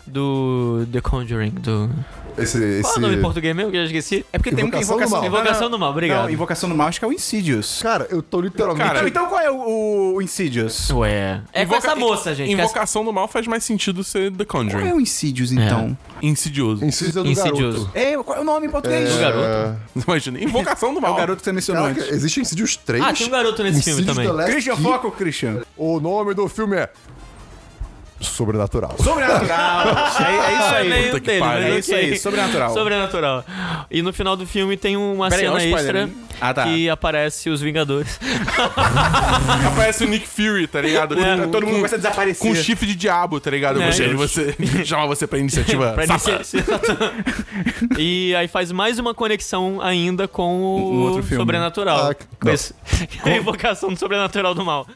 Do. The Conjuring. Do... Esse, Qual é o nome em português mesmo que eu já esqueci? É porque tem um que é Invocação do invocação Mal. Invocação do Mal, obrigado. Não, invocação do mal acho que é o Insidious. Cara, eu tô literalmente. Cara, Então, então qual é o, o Insidious? Ué. É com Invoca- essa moça, gente. que é essa- Invocação do mal faz mais sentido ser The Qual é Conjuring. o Insidious, então? Insidioso. Incisa do Insidioso. garoto. É, qual é o nome em português? É. garoto. [LAUGHS] Imagina. Invocação do É mal. o garoto que você mencionou Caraca, antes. existe Insidious 3. Ah, tem um garoto nesse filme Insidious também. The Last Christian, Key. foca o Christian. O nome do filme é. Sobrenatural. Sobrenatural. é, é isso É aí. meio Puta que dele, mas pariu. É isso [LAUGHS] ok. aí, sobrenatural. Sobrenatural. E no final do filme tem uma Pera aí, cena olha o spoiler, extra hein? Ah, tá. que aparece os Vingadores. Aparece o Nick Fury, tá ligado? Com- Todo mundo com- começa a desaparecer. Com um chifre de diabo, tá ligado? É. Você, ele- você [LAUGHS] ele chama você [LAUGHS] pra iniciativa. pra safra. iniciar. [LAUGHS] e aí faz mais uma conexão ainda com Um o outro filme. sobrenatural. Ah, Com esse- [LAUGHS] com a invocação do sobrenatural do mal.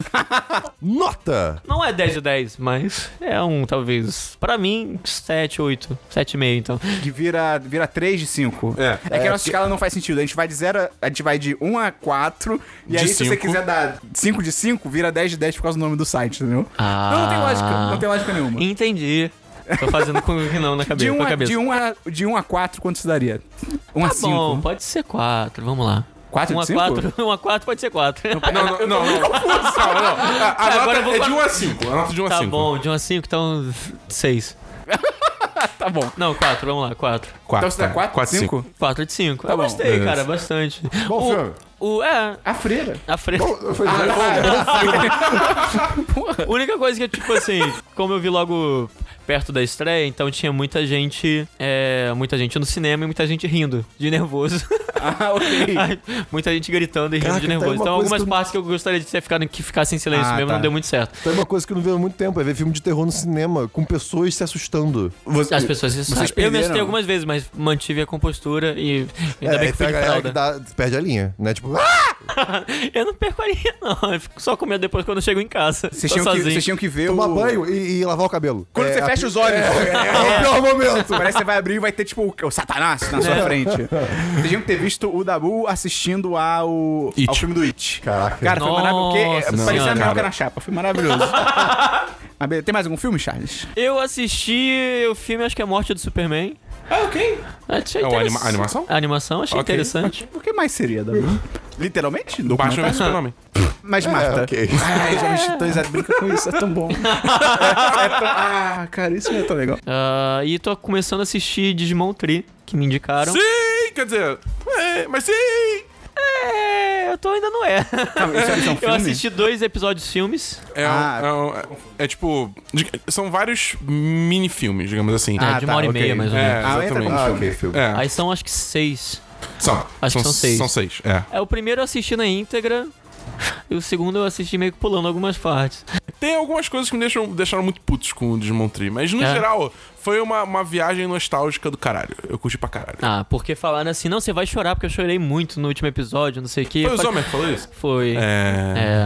Nota! Não é 10 de 10, mas é um, talvez. Pra mim, 7, 8, 7,5, então. Que vira, vira 3 de 5. É. É que a nossa escala não faz sentido. A gente vai de 0 a gente vai de 1 a 4. E De aí, se você cinco. quiser dar 5 de 5, vira 10 de 10 por causa do nome do site, entendeu? Então Ah. Não, não tem lógica. Não tem lógica nenhuma. Entendi. Tô fazendo com que não na De cabeça. 1 com a a, cabeça. de um a, de um a 4, quanto se daria? 1 a tá bom, 5. pode ser 4, vamos lá. 4 1 de a 5? [LAUGHS] 4, 1 a 4 pode ser 4. Não, não, [LAUGHS] não. não. Calma, não. A, a Agora nota eu vou é falar- de 1 a 5. A nota é um de 1 a Tá 5. bom, de 1 a 5, então 6. Tá bom. Não, 4, vamos lá, 4. Então né? Tá, você dá 4 de 5? 4 de 5. Tá eu bom. Então gostei, Beleza. cara, bastante. Bom o, filme. O, é, A freira. [LAUGHS] a frente. Bom, eu Ah, falei, bom, [LAUGHS] A única coisa que, é tipo assim, como eu vi logo perto da estreia, então tinha muita gente, é, muita gente no cinema e muita gente rindo de nervoso. Ah, ok. [LAUGHS] Ai, muita gente gritando e rindo Caraca, de tá nervoso. uma Então coisa algumas que eu- partes que eu gostaria de ter ficado que ficassem em silêncio Ah, mesmo, tá. não deu muito certo. Tem uma coisa que eu não vejo há muito tempo, é ver filme de terror no cinema, com pessoas se assustando. Você- As pessoas se Vocês assustaram. Eu me perderam? assustei algumas vezes, mas mantive a compostura e ainda bem que fui tem É, então de a galera que fralda. dá, perde a linha, né? Tipo, ah! Eu não perco a linha, não. Eu fico só com medo depois quando eu chego em casa. Vocês Tô tinham, que, sozinho. vocês tinham que ver tomar o... banho e, e lavar o cabelo. Quando É, você a- fecha os olhos. É, [LAUGHS] o pior momento. Parece que você vai abrir e vai ter, tipo, o Satanás na sua É. frente. [LAUGHS] Vocês tinham que ter visto o Dabu assistindo ao, It. ao filme do It. Caraca. Cara, foi Nossa maravilhoso. Porque, é, senhora, Parecia a minhoca cara. na chapa. Foi [LAUGHS] maravilhoso. Mas beleza, Tem mais algum filme, Charles? Eu assisti o filme, acho que é a Morte do Superman. Ah, ok. Achei É uma interessante. anima- animação? A animação, achei Ok. interessante. O que mais seria, Dabu? Literalmente? Baixo é Documentário? o sobrenome. Mas, É, Marta... ok. Ai, Jovens Titãs, ela brinca com isso, é tão [LAUGHS] bom. É- é tão- Ah, cara, isso não é tão legal. Ah, e tô começando a assistir Digimon Tree, que me indicaram. Sim, quer dizer. É, mas sim! É, eu tô ainda não [LAUGHS] é. Calma, isso é- isso é um eu filme? assisti dois episódios filmes. É, um- Ah. é um- é- é tipo. dig- São vários mini-filmes, digamos assim. Ah, é, de uma tá, hora ok. e meia, mais ou É, menos. Ah, entra exatamente. como Ah, filme. ok, filme. É, Aí são acho que seis. são. acho que são seis. São seis, é. É, o primeiro eu assisti na íntegra. E o segundo eu assisti meio que pulando algumas partes. Tem algumas coisas que me deixam, deixaram muito putos com o Digimon Tree, mas no É. geral, foi uma, uma viagem nostálgica do caralho. Eu curti pra caralho. Ah, porque falaram assim, não, você vai chorar, porque eu chorei muito no último episódio, não sei o quê. foi Eu o falei- Zomer que falou isso? Foi. É. É.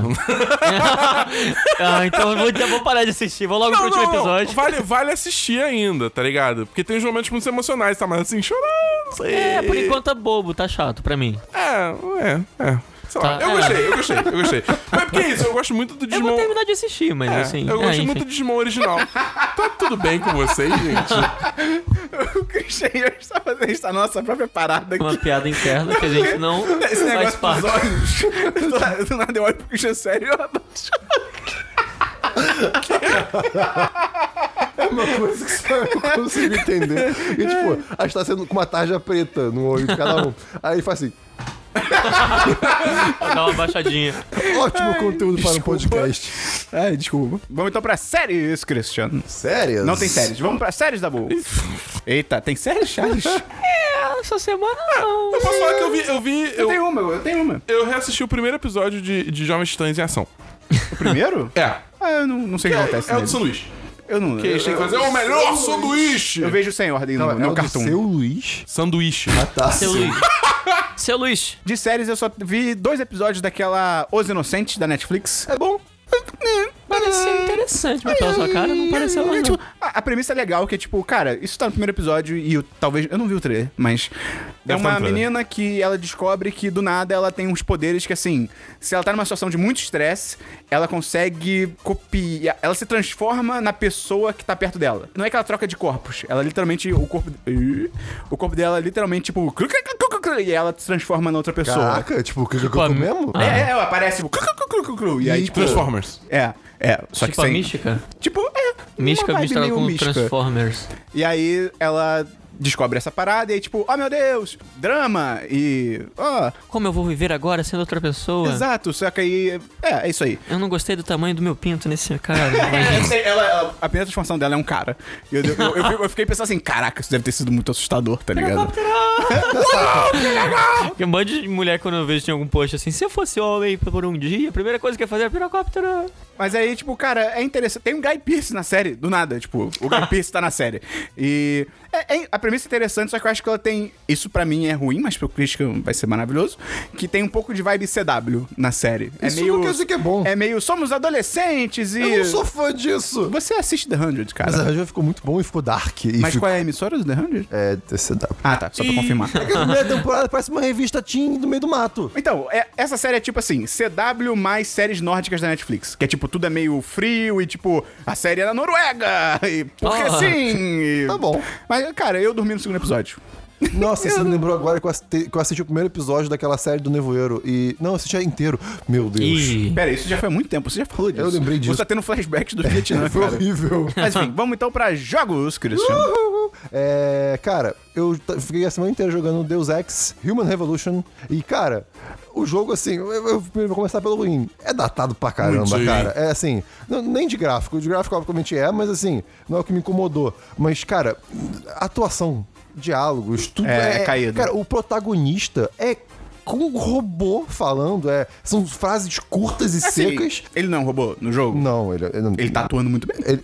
É. [LAUGHS] ah, então eu vou, já vou parar de assistir. Vou logo pro último episódio. Vale, vale assistir ainda, tá ligado? Porque tem uns momentos muito emocionais, tá? Mas assim, chorando, não sei. É, por enquanto tá bobo, tá chato pra mim. É, é, é. Sei lá. Tá, eu é. gostei, eu gostei, eu gostei. Mas porque é isso, eu gosto muito do Eu Digimon. vou terminar de assistir, mas É, assim. eu gosto é, muito enfim. do Digimon original. tá tudo bem com vocês, gente? [LAUGHS] O Christian está fazendo isso na nossa própria parada aqui. [LAUGHS] Uma piada interna que a gente não Esse faz negócio parte. dos olhos. [LAUGHS] Eu tô lá- Do nada eu olho pro Christian sério e eu abaixo. uma [LAUGHS] coisa que só eu consigo entender. E tipo, a gente tá sendo com uma tarja preta no olho de cada um. Aí faz assim. Dá uma baixadinha. Ótimo conteúdo para um desculpa. podcast. Ai, desculpa. Vamos então pra séries, Christian. Sério? Não tem séries. Vamos pra séries, Dabu. Eita, tem séries, Charles? Essa semana não. Eu posso falar que eu vi. Eu vi. Eu Eu, tenho uma, eu tenho uma. eu reassisti o primeiro episódio de, de Jovens Titãs em Ação. O primeiro? É. Ah, eu não, não sei o que acontece É, o nele. do São Luís. Eu não... Que eles têm que É, fazer É o melhor sanduíche! Eu vejo sem ordem no, no Tá, o do cartoon. Seu Luiz? Sanduíche. Ah, tá. Seu Luiz. Seu Luiz. De séries, eu só vi dois episódios daquela Os Inocentes, da Netflix. É bom. É. Pareceu interessante, mas pela sua cara não pareceu mais não. Tipo, a, a premissa é legal, que é tipo, cara, isso tá no primeiro episódio e eu, talvez... Eu não vi o trailer, mas... É Deve tá uma no trailer. menina que ela descobre que do nada ela tem uns poderes que, assim, se ela tá numa situação de muito estresse, ela consegue copiar. Ela se transforma na pessoa que tá perto dela. Não é que ela troca de corpos. Ela literalmente. O corpo. Ih, O corpo dela literalmente, tipo. E ela se transforma na outra pessoa. Caraca, tipo, o que que eu a- tô mesmo? É, é, ela aparece. tipo, E aí, tipo. Transformers. É, é. Só tipo que a sem. mística. Tipo, é. uma Mística vibe misturada meio com mística. Transformers. E aí ela descobre essa parada e aí, tipo, oh meu Deus, drama e. Ó, Como eu vou viver agora sendo outra pessoa? exato, só que aí. É, é isso aí. Eu não gostei do tamanho do meu pinto nesse [LAUGHS] cara. Mas- É, Eu sei, ela- ela- a primeira transformação dela é um cara. E Eu, eu- eu fico- eu fiquei pensando assim, caraca, isso deve ter sido muito assustador, tá ligado? Porque um monte de mulher, quando eu vejo, tinha algum post assim: se eu fosse homem por um dia, a primeira coisa que eu ia fazer é pirocóptero. Mas aí, tipo, cara, é interessante. Tem um Guy Pearce na série, do nada, tipo, o [LAUGHS] Guy Pearce tá na série. E é- é- a premissa é interessante, só que eu acho que ela tem. Isso pra mim é ruim, mas pro Christian vai ser maravilhoso. Que tem um pouco de vibe CW na série. É Isso meio. não quer dizer que é bom. É meio. Somos adolescentes e. Eu não sou fã [LAUGHS] disso. Você assiste The 100, cara. Mas é Mas, a Ranger ficou muito bom e ficou dark. E ficou... qual é a emissora do The 100? É, TCW. Ah, tá, só pra confirmar. Porque a primeira temporada parece uma revista teen do meio do mato. Então, é- essa série é tipo assim, CW mais séries nórdicas da Netflix. Que é tipo, tudo é meio frio e tipo, a série é na Noruega. E porque Ah. sim. e- Tá bom. Mas, cara, eu dormi no segundo episódio. Nossa, você me lembrou agora que eu, assisti, que eu assisti o primeiro episódio daquela série do Nevoeiro e... Não, eu assisti inteiro. Meu Deus. Ih. Pera, isso já foi há muito tempo, você já falou disso. Eu lembrei disso. Você tá tendo flashbacks do [LAUGHS] Vietnã, Foi cara. horrível. Mas enfim, vamos então pra jogos, Christian. Uh, É, cara, eu t- fiquei a semana inteira jogando Deus Ex Human Revolution e, cara, o jogo, assim, eu, eu primeiro vou começar pelo ruim. É datado pra caramba, Muito ruim. cara. É assim, não- nem de gráfico. De gráfico, obviamente, é, mas assim, não é o que me incomodou. Mas, cara, atuação, diálogos, tudo É, é caído. Cara, o protagonista é com um robô falando, é, são frases curtas e secas. Assim, ele não é um robô no jogo? Não, ele, ele, Ele tá atuando muito bem. ele-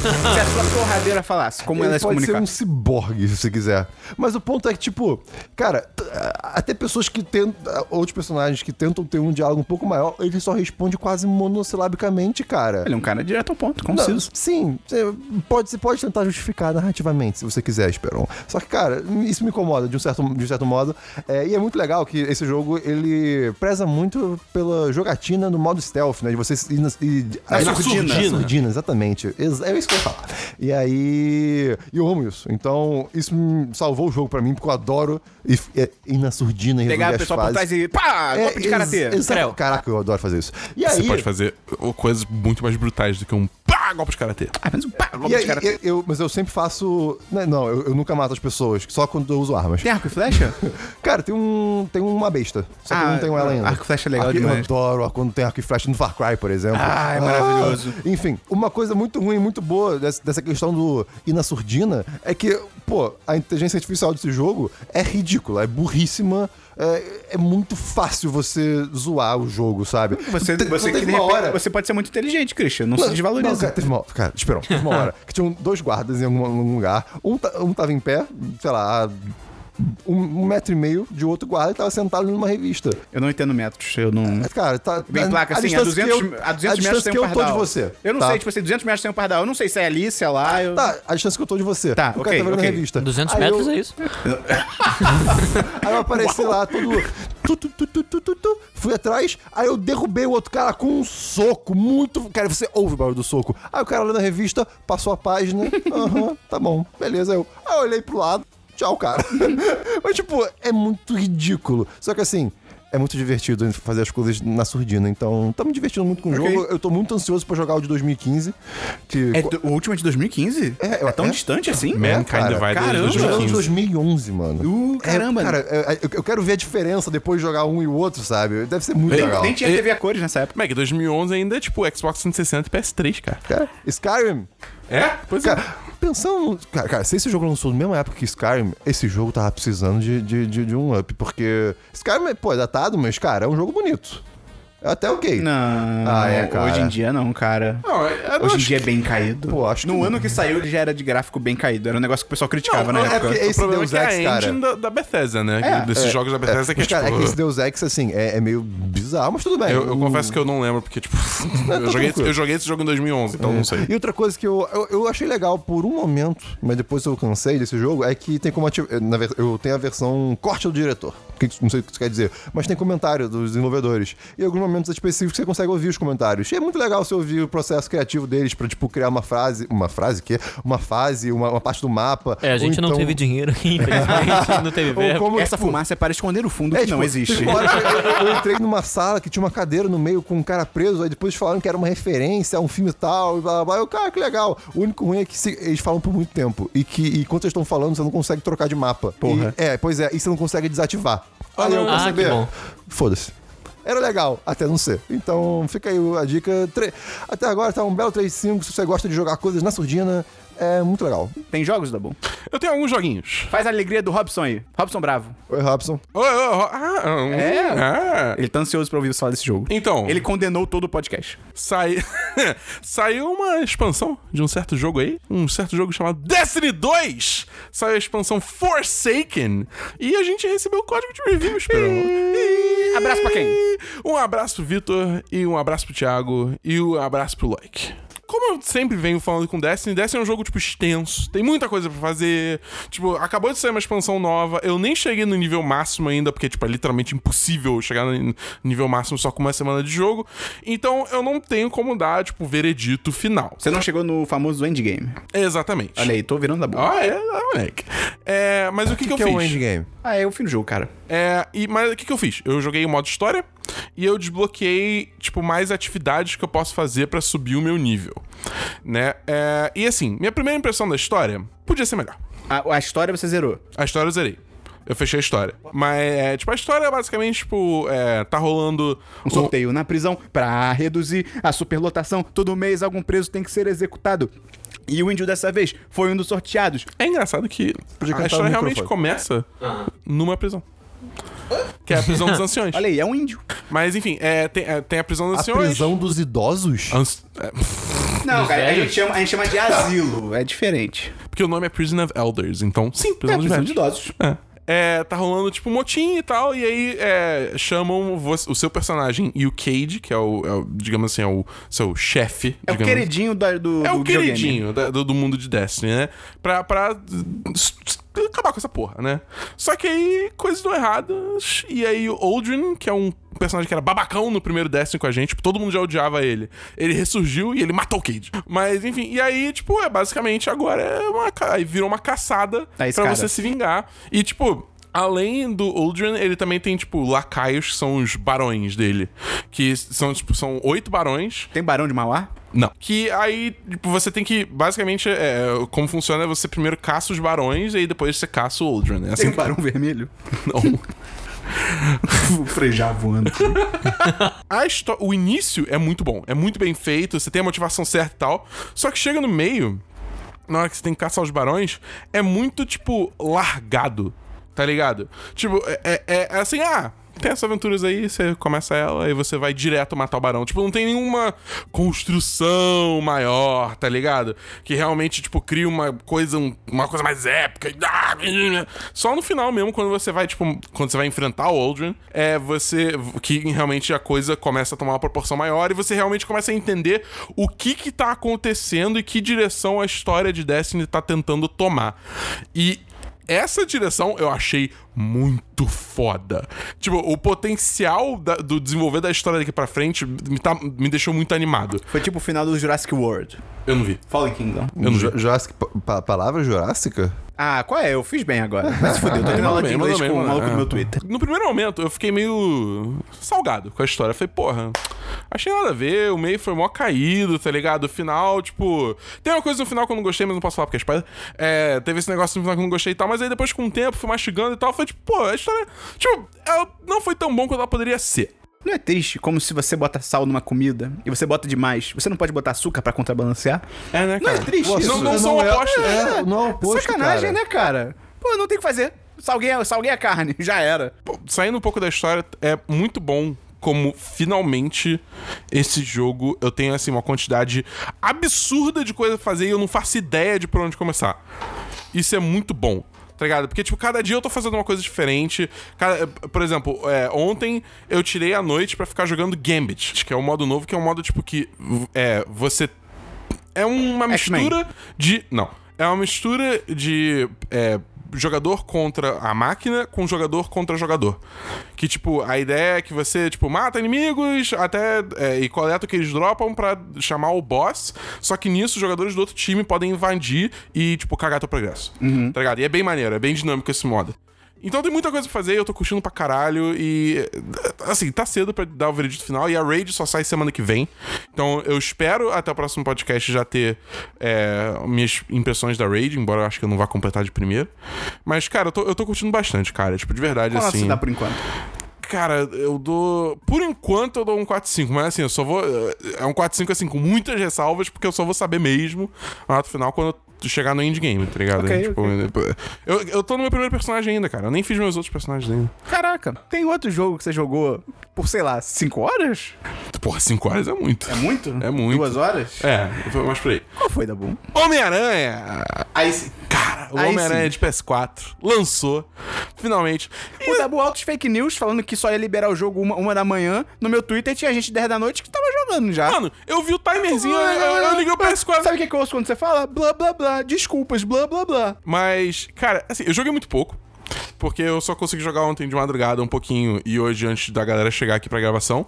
Se a sua torradeira falasse, como Ele ela ia se pode comunicar? ser um ciborgue, se você quiser. Mas o ponto é que, tipo, cara, t- até pessoas que tentam. Outros personagens que tentam ter um diálogo um pouco maior, ele só responde quase monossilabicamente, cara. Ele é um cara direto ao ponto, Não, conciso. sim, você pode, você pode tentar justificar narrativamente, se você quiser, Esperon. Só que, cara, isso me incomoda de um certo, de um certo modo. É, e é muito legal que esse jogo, ele preza muito pela jogatina no modo stealth, né? De você ir... nas- ir- Na aí- surdina. Na surdina, exatamente. Ex- É isso que eu ia falar. E aí... E eu amo isso. Então, isso me salvou o jogo pra mim, porque eu adoro ir, é, ir na surdina e Pegar resolver o as pessoal por fases. trás e pá, É, golpe de ex- karatê. exa- Creu. Caraca, eu adoro fazer é isso. E Você aí... pode fazer uh, coisas muito mais brutais do que um pá, golpe de karatê. Ah, mas um pá, golpe E aí, de karatê. eu- eu- mas eu sempre faço. né, Não, eu, eu nunca mato as pessoas, só quando eu uso armas. Tem arco e flecha? Cara, tem um. Tem uma besta. Só que Ah, eu não tenho ela ainda. arco e flecha é legal Arco- Eu demais. adoro quando tem arco e flecha no Far Cry, por exemplo. Ah, é maravilhoso. Enfim, uma coisa muito ruim, muito boa dessa, dessa questão do ir na surdina é que, pô, a inteligência artificial desse jogo é ridícula, é burríssima. É, é muito fácil você zoar o jogo, sabe? [LAUGHS] Você, Te- você, que teve de uma repente, hora- você pode ser muito inteligente, Christian. Não, se não, desvaloriza. cara, teve uma hora, cara, esperou, teve uma hora que tinham dois guardas em algum, algum lugar. Um, ta- um tava em pé, sei lá, a um, um metro e meio de outro guarda e tava sentado numa revista. eu não entendo metros. Eu não. Mas, Cara, tá. Vem placa assim, a distância 200, que eu- a 200 metros distância tem que um eu tô pardal. de você. Eu não tá? sei, tipo assim, 200 metros tem um pardal. Eu não sei se é ali, se é lá. Eu... Tá, a distância que eu tô de você. Tá, o ok, cara tava olhando a ok. revista. 200 Aí metros eu- é isso? Aí eu apareci lá, todo. Tu, tu, tu, tu, tu, tu, tu. Fui atrás, aí eu derrubei o outro cara com um soco muito. Cara, você ouve o barulho do soco. Aí o cara olhando a revista, passou a página. [LAUGHS] Aham, tá bom, beleza. Eu. Aí [LAUGHS] eu olhei pro lado, tchau, cara. Mas, tipo, é muito ridículo. Só que assim. é muito divertido fazer as coisas na surdina. Então, tá me divertindo muito com o Ok. jogo. Eu tô muito ansioso pra jogar o de 2015. Que É do- o último é de 2015? É, tão é. distante assim? Mankind cara, Divided caramba. de Jogando 2015. 2011, mano. Uh, É, caramba. cara, é, é, eu, eu quero ver a diferença depois de jogar um e o outro, sabe? Deve ser muito Ei, legal. Nem tinha E- TV a cores nessa época. Meg, 2011 ainda é tipo Xbox 360 e PS3, cara. Cara, Skyrim. É? Pois Cara, é. pensando. Cara, cara, se esse jogo lançou na mesma época que Skyrim, esse jogo tava precisando de, de, de, de um up. Porque Skyrim, é, pô, é datado, mas, cara, é um jogo bonito. É até ok. Não. Ah, é, cara. Hoje em dia não, cara. Não, eu- Ah, eu Hoje em acho dia é bem caído. Pô, acho que no não. ano que saiu ele já era de gráfico bem caído. Era um negócio que o pessoal criticava Não, na é época. porque- O Esse problema Deus é que Ex, é a cara. engine da, da Bethesda, né? É, Desses É, jogos da Bethesda é, que é mas, cara, tipo... é que esse Deus Ex, assim, é, é meio bizarro, mas tudo bem. Eu, eu O- confesso que eu não lembro, porque, tipo, tá [LAUGHS] eu, joguei, esse- tranquilo. eu joguei esse jogo em 2011, então [LAUGHS] não sei. E outra coisa que eu, eu, eu achei legal por um momento, mas depois eu cansei desse jogo, é que tem como ativar. Eu tenho a versão corte do diretor. que que- Não sei o que isso quer dizer, mas tem comentário dos desenvolvedores. E em alguns momentos específicos você consegue ouvir os comentários. E é muito legal você ouvir o processo criativo deles pra, tipo, criar uma frase. Uma frase? Que? Uma fase, uma, uma parte do mapa. É, a ou gente não então- teve dinheiro [LAUGHS] aqui, infelizmente. não teve ou verba. como, Essa fumaça é para esconder o fundo que não tipo, existe. [LAUGHS] teve uma hora que Eu, eu entrei numa sala que tinha uma cadeira no meio com um cara preso, aí depois falaram que era uma referência a um filme tal, e blá blá blá. Eu, cara, que legal. O único ruim é que se- eles falam por muito tempo. E que e enquanto eles estão falando, você não consegue trocar de mapa. Porra. E- é, pois é, e você não consegue desativar. aí eu não. Ah, percebi. que bom. Foda-se. Era legal, até não ser. Então fica aí a dica. Tre- Até agora tá um belo 3.5. Se você gosta de jogar coisas na surdina, é muito legal. Tem jogos, Dabu? Eu tenho alguns joguinhos. Faz a alegria do Robson aí. Robson Bravo. Oi, Robson. Oh, oh, oh, ah, hum, ah. Ele tá ansioso pra ouvir falar desse jogo. Então, Ele condenou todo o podcast. sai... [LAUGHS] saiu uma expansão de um certo jogo aí, um certo jogo chamado Destiny 2. Saiu a expansão Forsaken e a gente recebeu o código de review, esperando. Abraço pra quem? Um abraço pro Vitor e um abraço pro Thiago e um abraço pro Loic. Como eu sempre venho falando com Destiny, Destiny é um jogo, tipo, extenso. Tem muita coisa pra fazer. Tipo, acabou de sair uma expansão nova. Eu nem cheguei no nível máximo ainda, porque, tipo, é literalmente impossível chegar no nível máximo só com uma semana de jogo. Então, eu não tenho como dar, tipo, veredito final. Você não chegou no famoso endgame. Exatamente. Olha aí, tô virando Dabu. Ah, é? Ah, moleque. É, mas o que, que, eu que fiz? é o endgame? Ah, é o fim do jogo, cara. É, e, mas o que, que eu fiz? Eu joguei o modo história e eu desbloqueei, tipo, mais atividades que eu posso fazer pra subir o meu nível. Né? É, e assim, minha primeira impressão da história podia ser melhor. A, a história você zerou. A história eu zerei. Eu fechei a história. Mas, é, tipo, a história é basicamente, tipo, é, tá rolando. Um sorteio na prisão pra reduzir a superlotação. Todo mês algum preso tem que ser executado. E o índio dessa vez foi um dos sorteados. É engraçado que a cantar história no realmente microfone. começa numa prisão. Que é [LAUGHS] a prisão dos anciões. Olha aí, é um índio. Mas enfim, é, tem, é, tem a prisão dos A anciões. prisão dos idosos? Ans- é, Não, cara, a velhos? gente, chama, a gente chama de asilo. É diferente. porque o nome é Prison of Elders, então. Sim, prisão É, dos prisão velhos. de idosos. É. É, tá rolando tipo motim e tal, e aí é, chamam vo- o seu personagem e o Cade, que é o, é o, digamos assim, é o seu chefe. É o digamos. assim. queridinho da- do, É do o videogame. queridinho da- do, do mundo de Destiny, né? Pra, pra s- s- acabar com essa porra, né? Só que aí coisas dão erradas. E aí o Aldrin, que é um personagem que era babacão no primeiro Destiny com a gente, tipo, todo mundo já odiava ele. Ele ressurgiu e ele matou o Cade. Mas enfim, e aí, tipo, é basicamente agora é uma, ca- aí virou uma caçada Na pra É escada. você se vingar. E tipo. Além do Aldrin, ele também tem, tipo, lacaios que são os barões dele. Que são, tipo, são oito barões Tem barão de Mauá? não. Que aí, tipo, você tem que. Basicamente, é, como funciona é você primeiro caça os barões e aí depois você caça o Aldrin. É Tem assim um barão vermelho? [LAUGHS] [LAUGHS] não. Vou frejar voando. A histó- o início é muito bom, é muito bem feito, você tem a motivação certa e tal. Só que chega no meio, na hora que você tem que caçar os barões, é muito, tipo, largado, tá ligado? Tipo, é, é- é assim, ah. Tem essas aventuras aí, você começa ela e você vai direto matar o barão. Tipo, não tem nenhuma construção maior, tá ligado? Que realmente, tipo, cria uma coisa, um- uma coisa mais épica. Só no final mesmo, quando você vai, tipo, quando você vai enfrentar o Aldrin, é você. que realmente a coisa começa a tomar uma proporção maior e você realmente começa a entender o que que tá acontecendo e que direção a história de Destiny tá tentando tomar. E. Essa direção eu achei muito foda. Tipo, o potencial da- do desenvolver da história daqui pra frente me, tá- me deixou muito animado. Foi tipo o final do Jurassic World. Eu não vi. Fallen Kingdom. Eu não vi. Ju- Jurassic, pa- pa- palavra jurássica? Ah, qual é? Eu fiz bem [LAUGHS] agora. Mas se fudeu, eu tô tendo aula de mandou inglês bem, com o mandou maluco bem. no meu Twitter. No primeiro momento, eu fiquei meio salgado com a história. Falei, porra, achei nada a ver, o meio foi mó caído, tá ligado? O final, tipo. Tem uma coisa no final que eu não gostei, mas não posso falar porque é spoiler. É, teve esse negócio no final que eu não gostei e tal, mas aí depois, com o tempo, fui mastigando e tal. Foi tipo, pô, a história. Tipo, ela não foi tão bom quanto ela poderia ser. Não é triste como se você bota sal numa comida e você bota demais. Você não pode botar açúcar pra contrabalancear? É, né, Não é triste Pô, isso? não são é- opostos. É, não é oposto, Sacanagem, né, cara. cara? Pô, não tem o que fazer. Salguei, salguei a carne, [LAUGHS] já era. saindo um pouco da história, é muito bom como finalmente esse jogo eu tenho assim uma quantidade absurda de coisa pra fazer e eu não faço ideia de por onde começar. Isso é muito bom. Tá ligado? Porque, tipo, cada dia eu tô fazendo uma coisa diferente. Cada- por exemplo, é, ontem eu tirei a noite pra ficar jogando Gambit, que é um modo novo, que é um modo, tipo, que é, você é uma X-Men. mistura de. Não. É uma mistura de. é, jogador contra a máquina com jogador contra jogador. Que, tipo, a ideia é que você, tipo, mata inimigos até. é, e coleta o que eles dropam pra chamar o boss. Só que nisso, os jogadores do outro time podem invadir e, tipo, cagar teu progresso. Tá ligado? E é bem maneiro, é bem dinâmico esse modo. Então tem muita coisa pra fazer, eu tô curtindo pra caralho e. Assim, tá cedo pra dar o veredito final e a raid só sai semana que vem. Então eu espero até o próximo podcast já ter é, minhas impressões da raid, embora eu acho que eu não vá completar de primeiro. Mas, cara, eu tô, eu tô curtindo bastante, cara. Tipo, de verdade, Qual nota assim. você dá por enquanto? Cara, eu dou. Por enquanto eu dou um 4-5, mas assim, eu só vou. É um 4-5 assim, com muitas ressalvas, porque eu só vou saber mesmo a nota final quando eu chegar no endgame, tá ligado? Ok, tipo, eu, eu tô no meu primeiro personagem ainda, cara. Eu nem fiz meus outros personagens ainda. Caraca, tem outro jogo que você jogou por, sei lá, 5 horas? Porra, 5 horas é muito. É Muito? É muito. Duas horas? É, foi mais por aí. Qual foi, Dabu? Homem-Aranha! Aí sim. Cara, o Aí Homem-Aranha é sim. de PS4 lançou, finalmente. O Dabu Altos Fake News falando que só ia liberar o jogo uma, uma da manhã. No meu Twitter tinha gente 10 da noite que tava jogando já. Mano, eu vi o timerzinho, eu, eu- eu liguei o PS4. Sabe o que, que eu ouço quando você fala? Blá, blá, blá. Desculpas, blá, blá, blá. Mas, cara, assim, eu joguei muito pouco. Porque eu só consegui jogar ontem de madrugada um pouquinho e hoje antes da galera chegar aqui pra gravação.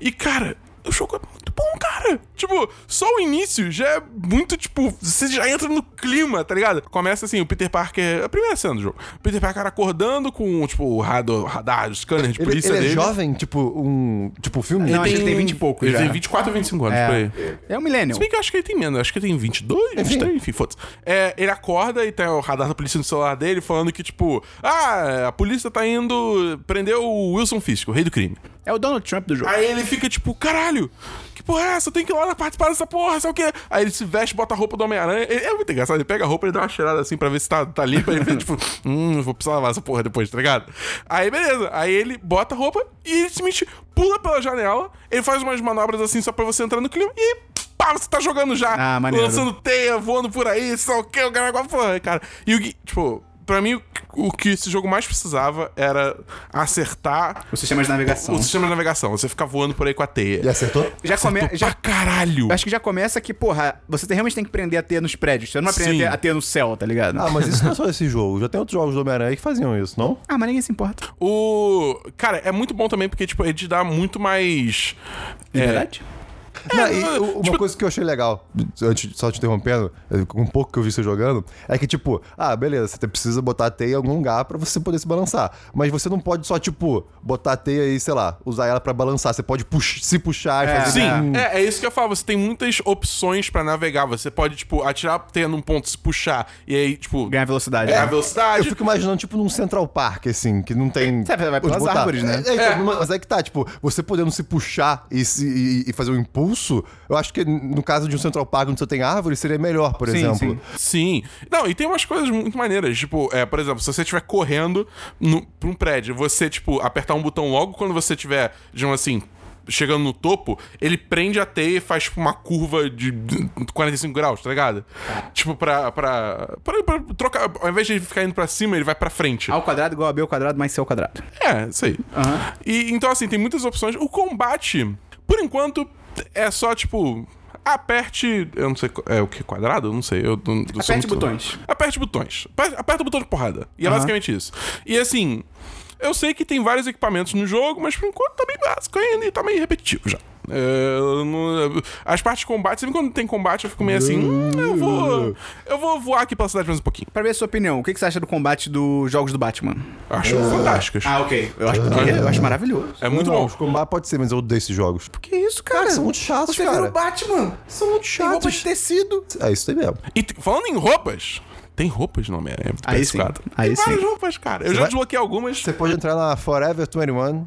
E, cara, o jogo é muito bom, cara. Tipo, só o início já é muito, tipo, você já entra no clima, tá ligado? Começa assim, o Peter Parker, a primeira cena do jogo. O Peter Parker acordando com, tipo, o radar, radar o scanner de Ele, polícia ele é dele. jovem, tipo, um. Tipo, filme? Não, acho que ele tem 20 e pouco Ele já. tem 24 ou 25 anos, por aí. É um millennial. Se bem que eu acho que ele tem menos, acho que ele tem 22, 23, enfim, foda-se. É, ele acorda e tem o radar da polícia no celular dele falando que, tipo, ah, a polícia tá indo prender o Wilson Fisk, o rei do crime. É o Donald Trump do jogo. Aí ele fica tipo, caralho, que porra é essa? Eu tenho que ir lá na participar dessa porra, sei o quê. Aí ele se veste, bota a roupa do Homem-Aranha. Ele- É muito engraçado, ele pega a roupa, ele dá uma cheirada assim pra ver se tá, tá limpa. Ele fica tipo, hum, vou precisar lavar essa porra depois, tá ligado? Aí beleza, aí ele bota a roupa e ele simplesmente pula pela janela. Ele faz umas manobras assim só pra você entrar no clima e pá, você tá jogando já. Ah, maneiro. Lançando teia, voando por aí, sei lá o quê, o cara agora, porra, cara. E o que, tipo, pra mim o que- o que esse jogo mais precisava era acertar O sistema de navegação. o sistema de navegação, você fica voando por aí com a teia. E acertou? Já Acertou começa. Já... pra caralho. Acho que já começa que, porra, você tem- realmente tem que prender a teia nos prédios. Você não vai prender Sim. a teia no céu, tá ligado? Ah, mas isso não é só esse jogo. Já tem outros jogos do Homem-Aranha que faziam isso, não? Ah, mas ninguém se importa. O. Cara, é muito bom também porque, tipo, ele te dá muito mais. É. Liberdade? Não, e não, u- uma tipo- coisa que eu achei legal, antes, só te interrompendo, eh, com um pouco que eu vi você jogando, é que, tipo, ah, beleza, você precisa botar a teia em algum lugar pra você poder se balançar. Mas você não pode só, tipo, botar a teia e, sei lá, usar ela pra balançar. Você pode pux- se puxar e É. fazer. Sim, é. é isso que eu falo. Você tem muitas opções pra navegar. Você pode, tipo, atirar a teia num ponto, se puxar e aí, tipo, Ganhar velocidade. ganhar né? Eu velocidade. fico imaginando, tipo, num Central Park, assim, que não tem. Você vai onde pelas botar. árvores, né? É, é, então, Mas é que tá, tipo, você podendo se puxar e, se- e- e fazer um impulso, eu acho que no caso de um Central Park onde você tem árvores, seria melhor, por Sim, exemplo. sim. Sim. Não, e tem umas coisas muito maneiras. Tipo, é, por exemplo, se você estiver correndo no, pra um prédio, você, tipo, apertar um botão logo quando você estiver, digamos assim. Chegando no topo, ele prende a teia e faz tipo, uma curva de 45 graus, tá ligado? Tipo, pra, pra, pra, pra trocar. Ao invés de ele ficar indo pra cima, ele vai pra frente. A ao quadrado igual a B ao quadrado mais C ao quadrado. É, isso aí. E, então, assim, tem muitas opções. O combate, por enquanto, é só tipo. Aperte. Eu não sei. qu- É o que? Quadrado? Eu não sei. Eu, não- eu sou Aperte muito- botões. Aperte botões. Aper- Aperta o botão de porrada. E é basicamente isso. E assim. Eu sei que tem vários equipamentos no jogo, mas por enquanto tá bem básico ainda e tá meio repetitivo já. É, eu não- as partes de combate, sempre quando tem combate, eu fico meio assim, "Hum, eu vou. Eu vou voar aqui pela cidade mais um pouquinho. Pra ver a sua opinião, o que que você acha do combate dos jogos do Batman? Acho fantásticas. Ah, ok. Eu acho, que- eu acho maravilhoso. É muito não, bom. os combates pode ser, mas eu odeio esses jogos. Porque Que isso, cara? são muito chatos, Você cara. vira o Batman. são muito Tem roupa de chatos. tecido. É isso aí mesmo. E t- falando em roupas, tem roupas no Homem-Aranha. pro Aí sim. PS4. Aí tem várias sim. roupas, cara. Eu já vai- desbloqueei algumas. Você pode entrar na Forever 21.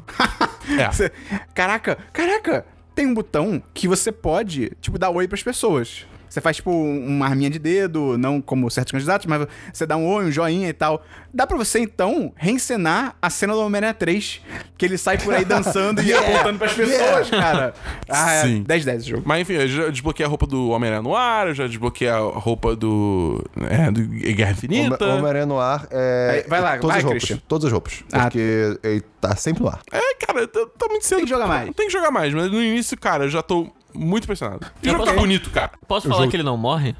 É. Ah. Você- Caraca, caraca, tem um botão que você pode, tipo, dar oi pras pessoas. Você faz, tipo, um- uma arminha de dedo, não como certos candidatos, mas você dá um oi, um joinha e tal. Dá pra você, então, reencenar a cena do Homem-Aranha 3, que ele sai [LAUGHS] por aí dançando e apontando pras pessoas, cara. Ah, Sim. Sim. 10-10 esse jogo. Mas enfim, eu já desbloqueei a roupa do Homem-Aranha no ar, eu já desbloqueei a roupa do. É, do Guerra Home- Infinita. Homem-Aranha no ar. É, Aí, Então. vai lá, todas vai, as roupas. Christian. Todas as roupas. Ah. Porque ele tá sempre no ar. É, cara, tá, tá muito cedo. Tem que jogar mais. Tem que jogar mais, mas no início, cara, eu já tô muito impressionado. O jogo tá posso- bonito, cara. Posso falar que ele não morre?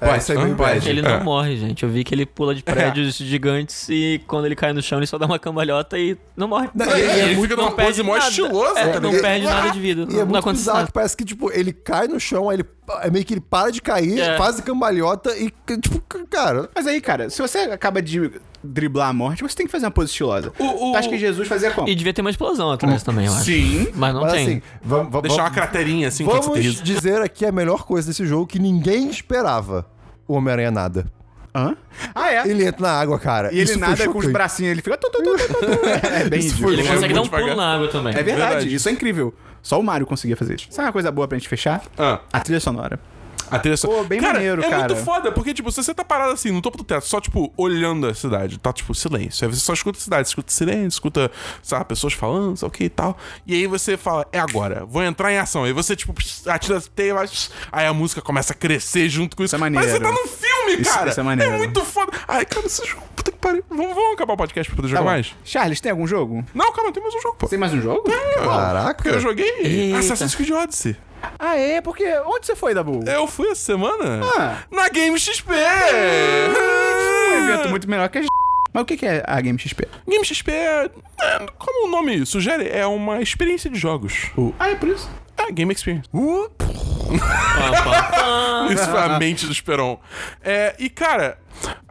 É, isso aí hã? me impede. Ele É. não morre, gente. Eu vi que ele pula de prédios gigantes e quando ele cai no chão ele só dá uma cambalhota e não morre. Não, e- e é ele muito- fica numa perde pose mó nada. estilosa, É, tá não ligado? perde nada de vida. E é não muito acontece bizarro, nada. que parece que, tipo, ele cai no chão, aí ele é meio que ele para de cair, É. faz cambalhota e, tipo, cara, Mas aí, cara, se você acaba de driblar a morte, você tem que fazer uma pose estilosa. O- o- Tu acha que Jesus fazia como? E devia ter uma explosão atrás também, eu acho. Sim. Mas não Mas tem. assim, vamos, vamos, Deixar uma craterinha assim enquanto você vamos aterriza. dizer aqui a melhor coisa desse jogo que ninguém esperava. O Homem-Aranha nada. Hã? Ah, é. Ele entra na água, cara. E ele Isso foi nada com os chocante. bracinhos, ele fica. tu, tu, tu, tu, [LAUGHS] tu. É bem Isso isso. foi Ele Ele consegue é dar um muito pulo devagar. na água também. É verdade, Verdade. isso é incrível. Só o Mario conseguia fazer isso. Sabe uma coisa boa pra gente fechar? Ah. A trilha sonora. A trilha sonora. Pô, bem cara, maneiro, é cara. muito foda, porque, tipo, se você tá parado assim, no topo do teto, só, tipo, olhando a cidade, tá, tipo, silêncio. Aí você só escuta a cidade, escuta silêncio, escuta, sabe, pessoas falando, sei o que e tal. E aí você fala, é agora, vou entrar em ação. Aí você, tipo, [LAUGHS] pss, atira a teia, vai, [LAUGHS] pss, aí a música começa a crescer junto com isso. é Mas você maneiro. tá num filme, Isso- cara. isso é maneiro. muito foda. Ai, cara, esse jogo, puta que pariu. Vamos, vamos acabar o podcast pra poder Tá jogar bom. mais? Charles, tem algum jogo? Não, calma, tem mais um jogo, pô. Tem mais um jogo? Porque eu Caraca. joguei Eita. Assassin's Creed Odyssey. Ah, é? Porque onde você foi, Dabu? Eu fui essa semana Ah. na Game XP. um evento muito melhor que a Mas o que que é a Game XP? Game XP é, é, como o nome sugere, é uma experiência de jogos. Ah, é por isso? Ah, Game Experience. Pá, pá. [LAUGHS] Isso foi a mente do Esperon. É, e, cara,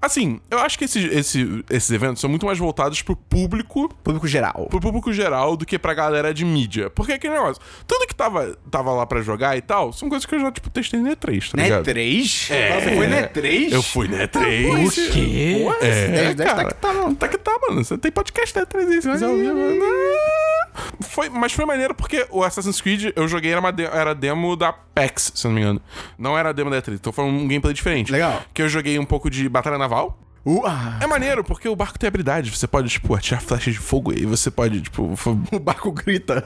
assim, eu acho que esses, esse- esses eventos são muito mais voltados pro público Público geral. pro público geral do que pra galera de mídia. Porque é aquele negócio, tudo que tava, tava lá pra jogar e tal, são coisas que eu já, tipo, testei no E3, Né, tá ligado? 3? É. Você foi na 3? Eu fui no E3. O quê? É, dez, dez, cara. tá que tá, mano. Tá que tá, mano. Você tem podcast né? da E3 aí, se quiser ouvir, mano. né? Ah! Foi, mas foi maneiro porque o Assassin's Creed eu joguei era, uma de- era demo da PAX, se eu não me engano. Não era a demo da E3, então foi um gameplay diferente. Legal. Que eu joguei um pouco de Batalha Naval. Uh, ah, É maneiro porque o barco tem habilidade. Você pode, tipo, atirar flechas de fogo e você pode, [LAUGHS] tipo. fo- o barco grita.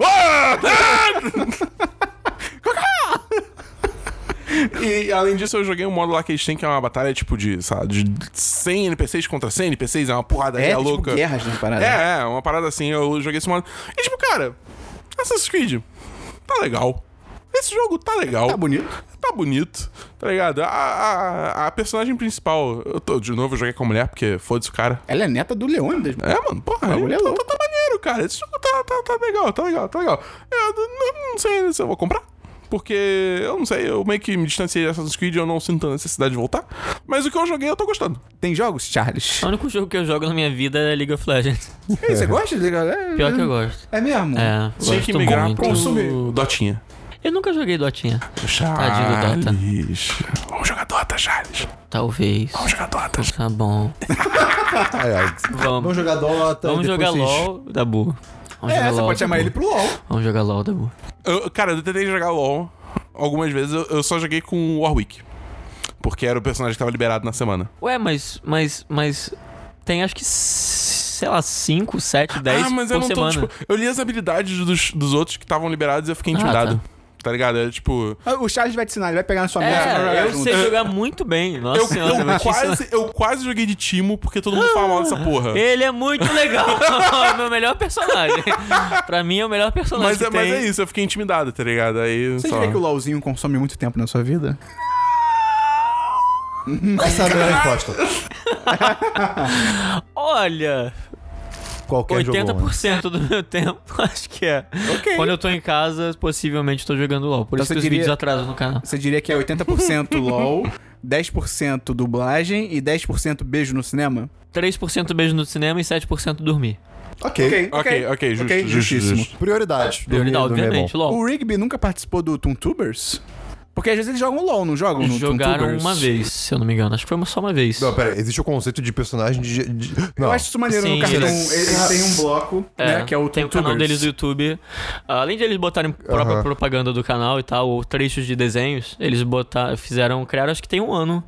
Ah! E além disso, eu joguei um modo lá que eles têm que é uma batalha tipo de, sabe, de 100 NPCs contra 100 NPCs, é uma porrada É, aí, [LAUGHS] é tipo, louca. guerras, né, parada? É, é, uma parada assim, eu joguei esse modo. E tipo, cara, Assassin's Creed, tá legal. Esse jogo tá legal. Tá bonito. Tá bonito, tá ligado? A, a, a personagem principal, eu tô, de novo, eu joguei com a mulher, porque foda-se o cara. Ela é neta do Leônidas. mano. É, mano, porra, bagulho ele, é tá, louco. tá- tá maneiro, cara. Esse jogo tá, tá, tá legal, tá legal, tá legal. Eu não, não sei se eu vou comprar. Porque eu não sei, eu meio que me distanciei de Assassin's Creed, eu não sinto a necessidade de voltar. Mas o que eu joguei, eu tô gostando. Tem jogos, Charles? O único jogo que eu jogo na minha vida é League of Legends. Ei, Você gosta de é, Pior que eu gosto. É mesmo? É, Uhum. Tinha que gosto migrar muito. pro Dotinha. Eu nunca joguei Dotinha. Charles. Tadinho do Vamos jogar Dota, Charles. Talvez. Vamos jogar Dota. Tá bom. Ai, ai. Vamos, Vamos jogar Dota. vamos e depois jogar vocês- [LAUGHS] LOL, Dabu. Vamos É, jogar você LOL, pode chamar Dabu. ele pro LOL. Vamos jogar LOL, Dabu. Eu- cara, eu tentei jogar LOL algumas vezes, eu, eu só joguei com o Warwick. Porque era o personagem que tava liberado na semana. Ué, mas, mas, mas... Tem acho que, sei lá, 5, 7, 10 Ah, mas por eu não tô, semana. tipo. Eu li as habilidades dos, dos outros que estavam liberados e eu fiquei Ah, intimidado. tá. ligado? É tipo. Ah, O Charles vai te ensinar, ele vai pegar na sua mesa. vai É, jogar eu junto. sei jogar muito bem. Nossa Eu, senhora, vou eu te ensinar. quase, eu quase joguei de Timo porque todo mundo fala mal dessa porra. [LAUGHS] Ele é muito legal. [LAUGHS] É o meu melhor personagem. [LAUGHS] pra mim é o melhor personagem Mas que é, mas tem. é isso, eu fiquei intimidado, tá ligado? Aí. Você só- diria que o LOLzinho consome muito tempo na sua vida? Essa é a melhor resposta. Olha... Qualquer é jogo. online. 80% do meu tempo, [LAUGHS] acho que é. Quando eu tô em casa, possivelmente tô jogando LOL. Por Então isso você que os diria- vídeos atrasam no canal. Você diria que é [LAUGHS] 80% LOL, 10% dublagem e 10% beijo no cinema? 3% beijo no cinema e 7% dormir. Ok. Ok, ok, justo, é Ok, justo, justíssimo. justo. Prioridade. Prioridade, Dormir- dormir é obviamente, bom. LOL. O Rigby nunca participou do Toontubers? Porque às vezes eles jogam LOL, não jogam no Jogaram Toontubers? uma vez, se eu não me engano. Acho que foi uma- só uma vez. né, Não, pera, aí, existe o conceito de personagem de. de- Não. Eu acho isso maneiro no Sim, cartão. eles- Eles, têm um bloco, né? Que é o tem o Toontubers. canal deles no YouTube. Ah, Além de eles botarem própria propaganda do canal e tal, ou trechos de desenhos, eles botaram, fizeram, criaram, acho que tem um ano.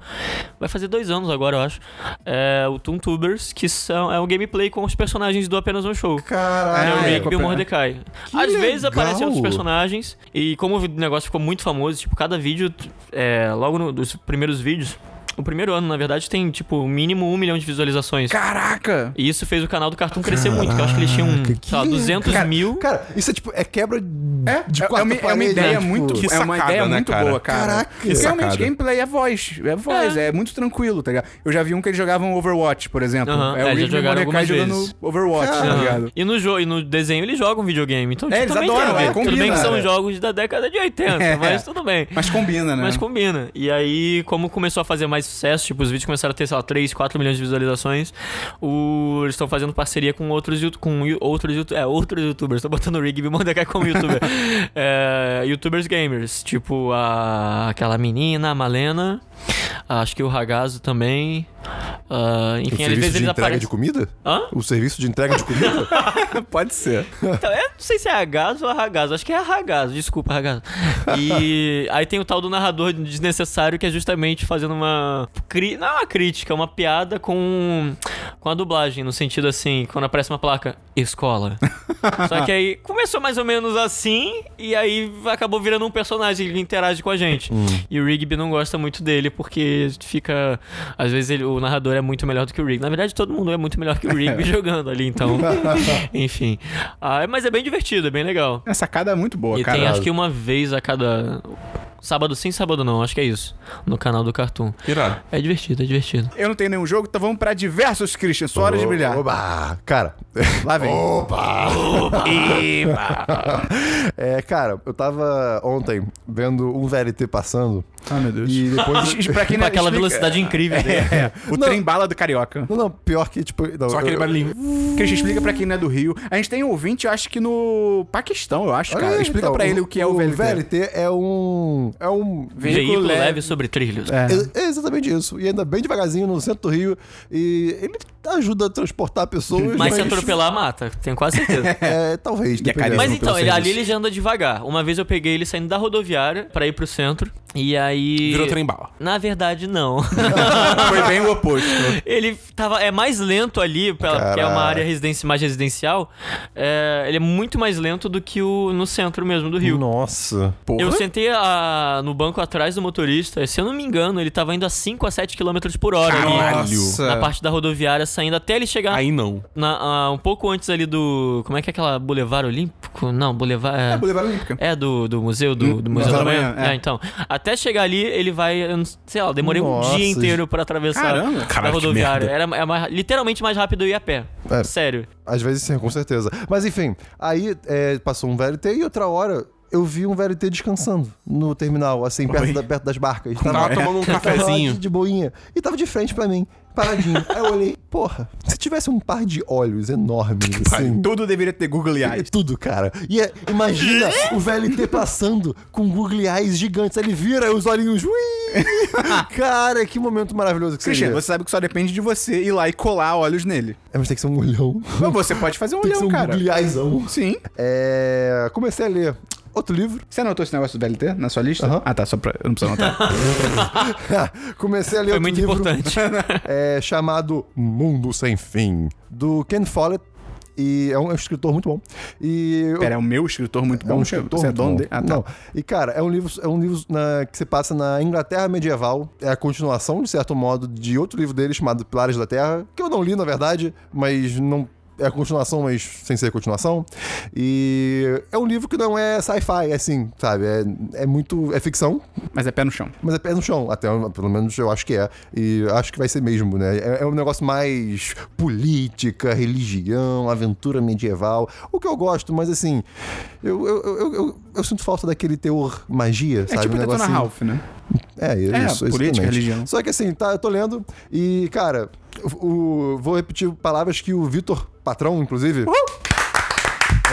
Vai fazer dois anos agora, eu acho. É, o Toontubers, que são, é um gameplay com os personagens do Apenas Um Show. É Caralho. o é, Rigby e o Mordecai. Que Às vezes legal. aparecem outros personagens. E como o negócio ficou muito famoso, tipo, cada vídeo, é, logo no- nos primeiros vídeos, o primeiro ano, na verdade, tem, tipo, mínimo um milhão de visualizações. Caraca! E isso fez o canal do Cartoon crescer muito, que eu acho que eles tinham, que- sei lá, 200 cara, mil. Cara, isso é tipo, é quebra É, de é- é quarta uma, é uma parede, ideia né? muito, Tipo, que é uma sacada, ideia né, muito cara? boa, cara. Caraca. Porque realmente, Sacada. gameplay é voz, é voz, é. muito tranquilo, tá ligado? Eu já vi um que eles jogavam Overwatch, por exemplo. Aham, é, o já Rigby e o jogaram Mordecai algumas jogando vezes. Overwatch, tá Aham. ligado? E no jogo, e no desenho eles jogam videogame, então É, tipo, eles também adoram, tem a é, ver. Tudo bem combina, que são é. jogos da década de 80, [LAUGHS] É. mas tudo bem. Mas combina, né? Mas combina. E aí, como começou a fazer mais sucesso, tipo, os vídeos começaram a ter, sei lá, 3, 4 milhões de visualizações, o... eles estão fazendo parceria com outros, yout- com yo- outros, yout- é, outros youtubers. Tô botando o Rigby [LAUGHS] Mordecai como [LAUGHS] youtuber. É, youtubers gamers. Tipo, a... aquela menina, a Malena. Acho que o Ragazo também. Ah, O enfim, serviço às vezes de eles entrega aparecem. de comida? Hã? O serviço de entrega de comida? [LAUGHS] [LAUGHS] Pode ser. Então, eu não sei se é Ragazo ou Ragazo. Acho que é Ragazo. Desculpa, Ragazo. E aí tem o tal do narrador desnecessário que é justamente fazendo uma... Cri... Não é uma crítica, é uma piada com... com a dublagem. No sentido assim, quando aparece uma placa, escola. Só que aí começou mais ou menos assim e aí acabou virando um personagem que interage com a gente. E o Rigby não gosta muito dele porque fica... Às vezes ele- o narrador é muito melhor do que o Rigby. Na verdade, todo mundo é muito melhor que o Rigby jogando ali, então... [LAUGHS] Enfim. Ah, mas é bem divertido, é bem legal. Essa sacada é muito boa, e cara. tem acho que uma vez a cada. Sábado sim, sábado não, acho que é isso. No canal do Cartoon. Irado. É divertido, é divertido. Eu não tenho nenhum jogo, então vamos pra diversos, Christian. Sua hora de brilhar. Oba! Cara, Lá vem. Opa! [LAUGHS] é, cara, eu tava ontem vendo um VLT passando [LAUGHS] Ah, meu Deus. e depois. E pra quem Com não aquela explica- velocidade incrível dele. [LAUGHS] É, o Não. trem bala do carioca. não, não, pior que, tipo. Não, Só aquele eu- barulhinho. Christian, explica pra quem não é do Rio. A gente tem um ouvinte, eu acho que no Paquistão, eu acho, Olha cara. aí, Explica então, pra ele o que é o VLT. VLT é um. É um. Veículo Veículo leve, leve sobre trilhos. É. É é exatamente isso. E anda bem devagarzinho no centro do Rio. E ele ajuda a transportar pessoas. Mas se atropelar, mata, tenho quase certeza. É, talvez. E a dependendo. Mas Mas não então, pelo ele, ali serviço. ele já anda devagar. Uma vez eu peguei ele saindo da rodoviária pra ir pro centro. E aí. Virou [LAUGHS] trem bala. Na verdade, não. [LAUGHS] Foi bem o oposto. Ele tava. É mais lento ali, pela- porque é uma Caraca. área residência, mais residencial. É, ele é muito mais lento do que o no centro mesmo do Rio. Nossa. Porra. Eu sentei a- no banco atrás do motorista, e se eu não me engano, ele tava indo a 5 a 7 km por hora ali. Na parte da rodoviária, saindo até ele chegar Aí não. na- ah, um pouco antes ali do. Como é que é aquela? Boulevard Olímpico? Não, Boulevard. É, É, Boulevard Olímpica. é do, do museu, do, do Museu da Manhã. é. É, então. Até chegar ali, ele vai. eu não- Sei lá, eu demorei Nossa, um dia inteiro pra atravessar Caramba. a Caralho, que rodoviária. merda. Era é mais- literalmente mais rápido eu ir a pé. É. Sério. Às vezes sim, com certeza. Mas enfim, aí é, passou um VLT e outra hora eu vi um VLT descansando no terminal, assim, perto, da- perto das barcas. Tava tomando um tava lá cafezinho. de, de boinha. E tava de frente pra mim, paradinho. aí eu olhei, porra, se tivesse um par de olhos enormes, assim. Tudo deveria ter Google É Eyes. Tudo, cara. E é- imagina o VLT passando com googly eyes gigantes. Aí Ele vira os olhinhos. ui! cara, que momento maravilhoso que Christian, seria. você sabe que só depende de você ir lá e colar olhos nele. É, mas tem que ser um olhão. Mas você pode fazer um Tem que ser olhão, um cara. googly eyesão. Sim. É, comecei a ler outro livro. [LAUGHS] Você anotou esse negócio do VLT na sua lista? Aham. Ah, tá. Só pra... Eu não preciso [LAUGHS] anotar. comecei a ler Foi outro muito livro importante. é, chamado Mundo Sem Fim, do Ken Follett. E é um escritor muito bom. E eu- Pera, é o meu escritor muito É bom. um Você escritor é muito dono bom. dele? Ah, tá. Não. E, cara, é um livro, é um livro na- que se passa na Inglaterra medieval. É a continuação, de certo modo, de outro livro dele chamado Pilares da Terra, que eu não li, na verdade, mas não é a continuação, mas sem ser a continuação. E é um livro que não é sci-fi, é assim, sabe? É, é muito. É ficção, Mas é pé no chão. mas é pé no chão, até pelo menos eu acho que é. E acho que vai ser mesmo, né? É, é um negócio mais política, religião, aventura medieval. O que eu gosto, mas assim, eu, eu, eu, eu- eu- eu sinto falta daquele teor magia, é sabe? tipo um Detona negocinho- Ralph, né? É, isso. exatamente. política, religião. Só que assim, tá, eu tô lendo e, cara, o, o- vou repetir palavras que o Vitor Patrão, inclusive.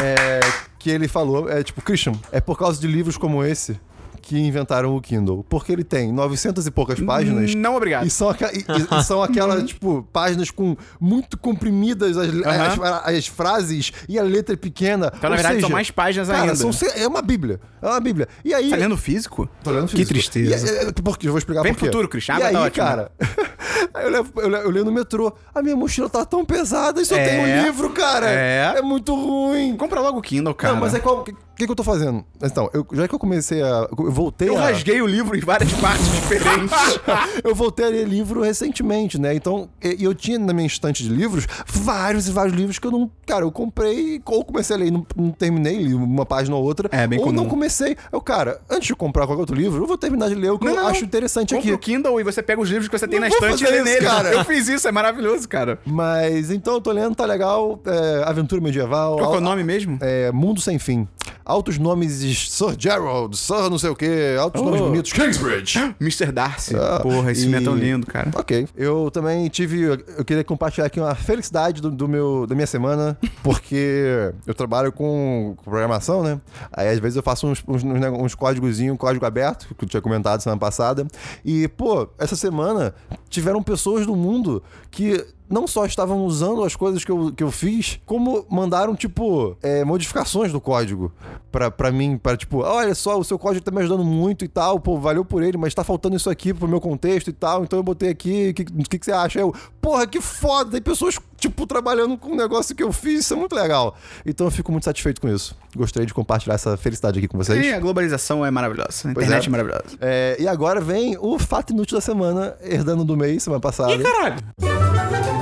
é, que ele falou, é tipo, Christian, é por causa de livros como esse que inventaram o Kindle. Porque ele tem 900 e poucas páginas. Não, obrigado. E são, aqua- e- e- [LAUGHS] e são Uhum. aquelas, tipo, páginas com muito comprimidas as, as- as frases e a letra é pequena. Então, na Ou verdade, são seja, mais páginas cara, ainda. são ce- é uma bíblia. É uma bíblia. E aí... Tá lendo físico? Tô lendo Que físico. tristeza. E, é, é, porque eu vou expligar Vem por quê. pro futuro, Christian. A E água aí, tá ótima. cara, [LAUGHS] aí eu, levo, eu, levo- eu leio no metrô. A minha mochila tá tão pesada e só É. tem um livro, cara. É. É muito ruim. Compra logo o Kindle, cara. Não, mas é qual... O que, que, que eu tô fazendo? Então, eu- já que eu comecei a... Eu voltei Eu a... rasguei o livro em várias [LAUGHS] partes diferentes. [LAUGHS] eu voltei a ler livro recentemente, né? Então, e- e eu tinha na minha estante de livros vários e vários livros que eu não. Cara, eu comprei, ou comecei a ler, e não, não terminei, li uma página ou outra. É, bem ou não comum. comecei. Eu, cara, antes de comprar qualquer outro livro, eu vou terminar de ler o que eu acho interessante Compra aqui. o Kindle e você pega os livros que você tem Não na vou estante e fazer lê isso, neles. cara. Eu fiz isso, é maravilhoso, cara. Mas então eu tô lendo, tá legal. é, Aventura Medieval. Qual que é o Al- nome mesmo? É, Mundo Sem Fim. Altos nomes de Sir Gerald, Sir não sei o quê, altos Oh. nomes bonitos. Kingsbridge! Mr. Darcy. Ah, Porra, esse filme é tão e- lindo, cara. Ok. Eu também tive. Eu queria compartilhar aqui uma felicidade do, do meu, da minha semana, [LAUGHS] porque eu trabalho com, com programação, né? Aí às vezes eu faço uns, uns, uns, nego- uns códigozinhos, um código aberto, que eu tinha comentado semana passada. E, pô, essa semana tiveram pessoas do mundo que. Não só estavam usando as coisas que eu, que eu fiz, como mandaram, tipo, é, modificações do código pra, pra mim, pra, tipo, olha só, o seu código tá me ajudando muito e tal, pô, valeu por ele, mas tá faltando isso aqui pro meu contexto e tal, então eu botei aqui, o que, que, que você acha? Eu, porra, que foda! Tem pessoas, tipo, trabalhando com um negócio que eu fiz, isso é muito legal. Então eu fico muito satisfeito com isso. Gostaria de compartilhar essa felicidade aqui com vocês. Sim, a globalização é maravilhosa. A Pois internet é, é. maravilhosa. É, e agora vem o fato inútil da semana, herdando do mês, semana passada. Caralho.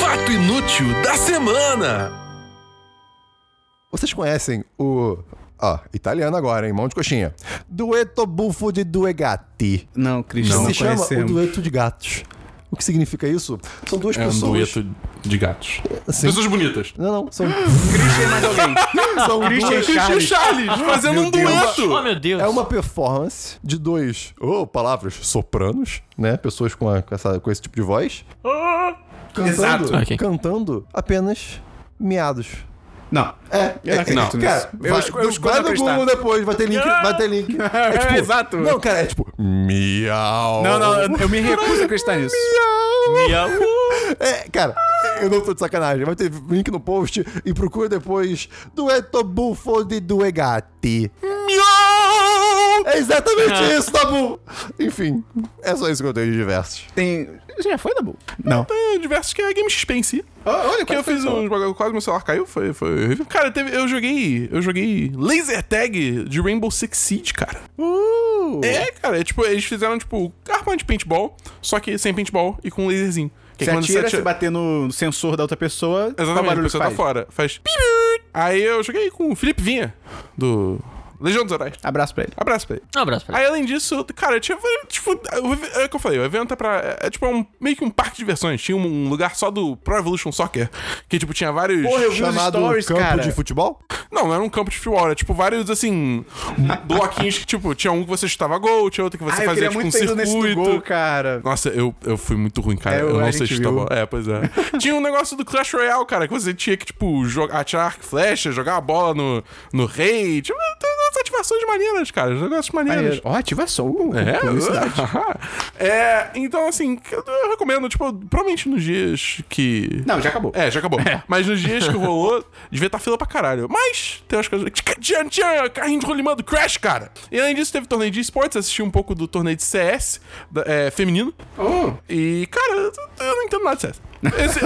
Fato inútil da semana. Vocês conhecem o. Ó, italiano agora, hein? Mão de coxinha. Dueto bufo de due gatti. Não, Christian, não, se chama conhecemos. o dueto de gatos. O que significa isso? São duas É um pessoas. dueto de gatos. Sim. Pessoas bonitas. [LAUGHS] Não, não. São, São Christian e Christian Charles. Charles fazendo um Oh, dueto. meu Deus. é uma performance de dois, ou palavras, sopranos, né? Pessoas com, a- com essa, com esse tipo de voz. Cantando, Exato. Ah, Ok. cantando apenas miados. Não. É, Eu não acredito nisso. Cara, Eu vai, esco- eu escolho vai no acreditar. Google depois, vai ter link, vai [LAUGHS] ter link. É tipo, exato. Não, cara, é tipo, miau. Não, não, eu- eu me recuso a acreditar nisso. Miau. É, cara, eu não tô de sacanagem. Vai ter link no post e procura depois Dueto Buffo de Due Gatti. É [LAUGHS] exatamente isso, Tabu! Enfim, é só isso que eu tenho de diversos. Tem. Você já foi, Dabu? Não. Tem diversos que é Game XP em si. Olha Que eu fiz uns bagulho, quase meu celular caiu, foi, foi horrível. Cara, teve- eu joguei. Eu joguei laser tag de Rainbow Six Siege, cara. É, cara, é tipo, eles fizeram, tipo, arma de paintball, só que sem paintball e com laserzinho. Que é Você quando atira, atira- se bater no sensor da outra pessoa, qual Exatamente, a barulho pessoa tá que faz? fora. Faz. piriri. Aí eu joguei com o Felipe Vinha, do Legião dos Heróis. Abraço pra ele. Abraço pra ele. Um abraço Tá. pra ele. Aí, além disso, cara, eu tinha. vários, Tipo, o ev- é o que eu falei, o evento é pra. É, é tipo um, meio que um parque de diversões. Tinha um, um lugar só do Pro Evolution Soccer, que, tipo, tinha vários. Porra, eu vi os Chamado stories, Campo cara. de Futebol? Não, não era um campo de futebol, era tipo vários, assim, bloquinhos que, tipo, tinha um que você chutava gol, tinha outro que você Ah, eu queria fazia, tipo, um muito ter ido nesse do circuito. gol, cara. Nossa, eu, eu fui muito ruim, cara. É, eu a não gente sei chutar viu. bola. É, [LAUGHS] pois é. tinha um negócio do Clash Royale, cara, que você tinha que, tipo, jogar, atirar arco e flecha, jogar a bola no, no rei. Tipo, tem umas ativações maneiras, cara. uns Negócios maneiros. Ó, ativa um. Soul. É, Publicidade. [LAUGHS] é, então assim, eu, eu recomendo, tipo, provavelmente nos dias que. Não, já acabou. É, [LAUGHS] já acabou. Mas nos dias que rolou, devia estar fila pra caralho. Mas tem umas coisas. Tchan, tchan, carrinho de rolimã do Crash, cara. E além disso, teve torneio de esportes, assisti um pouco do torneio de CS da- é, feminino. Oh. E, cara, eu, eu não entendo nada de CS. Esse,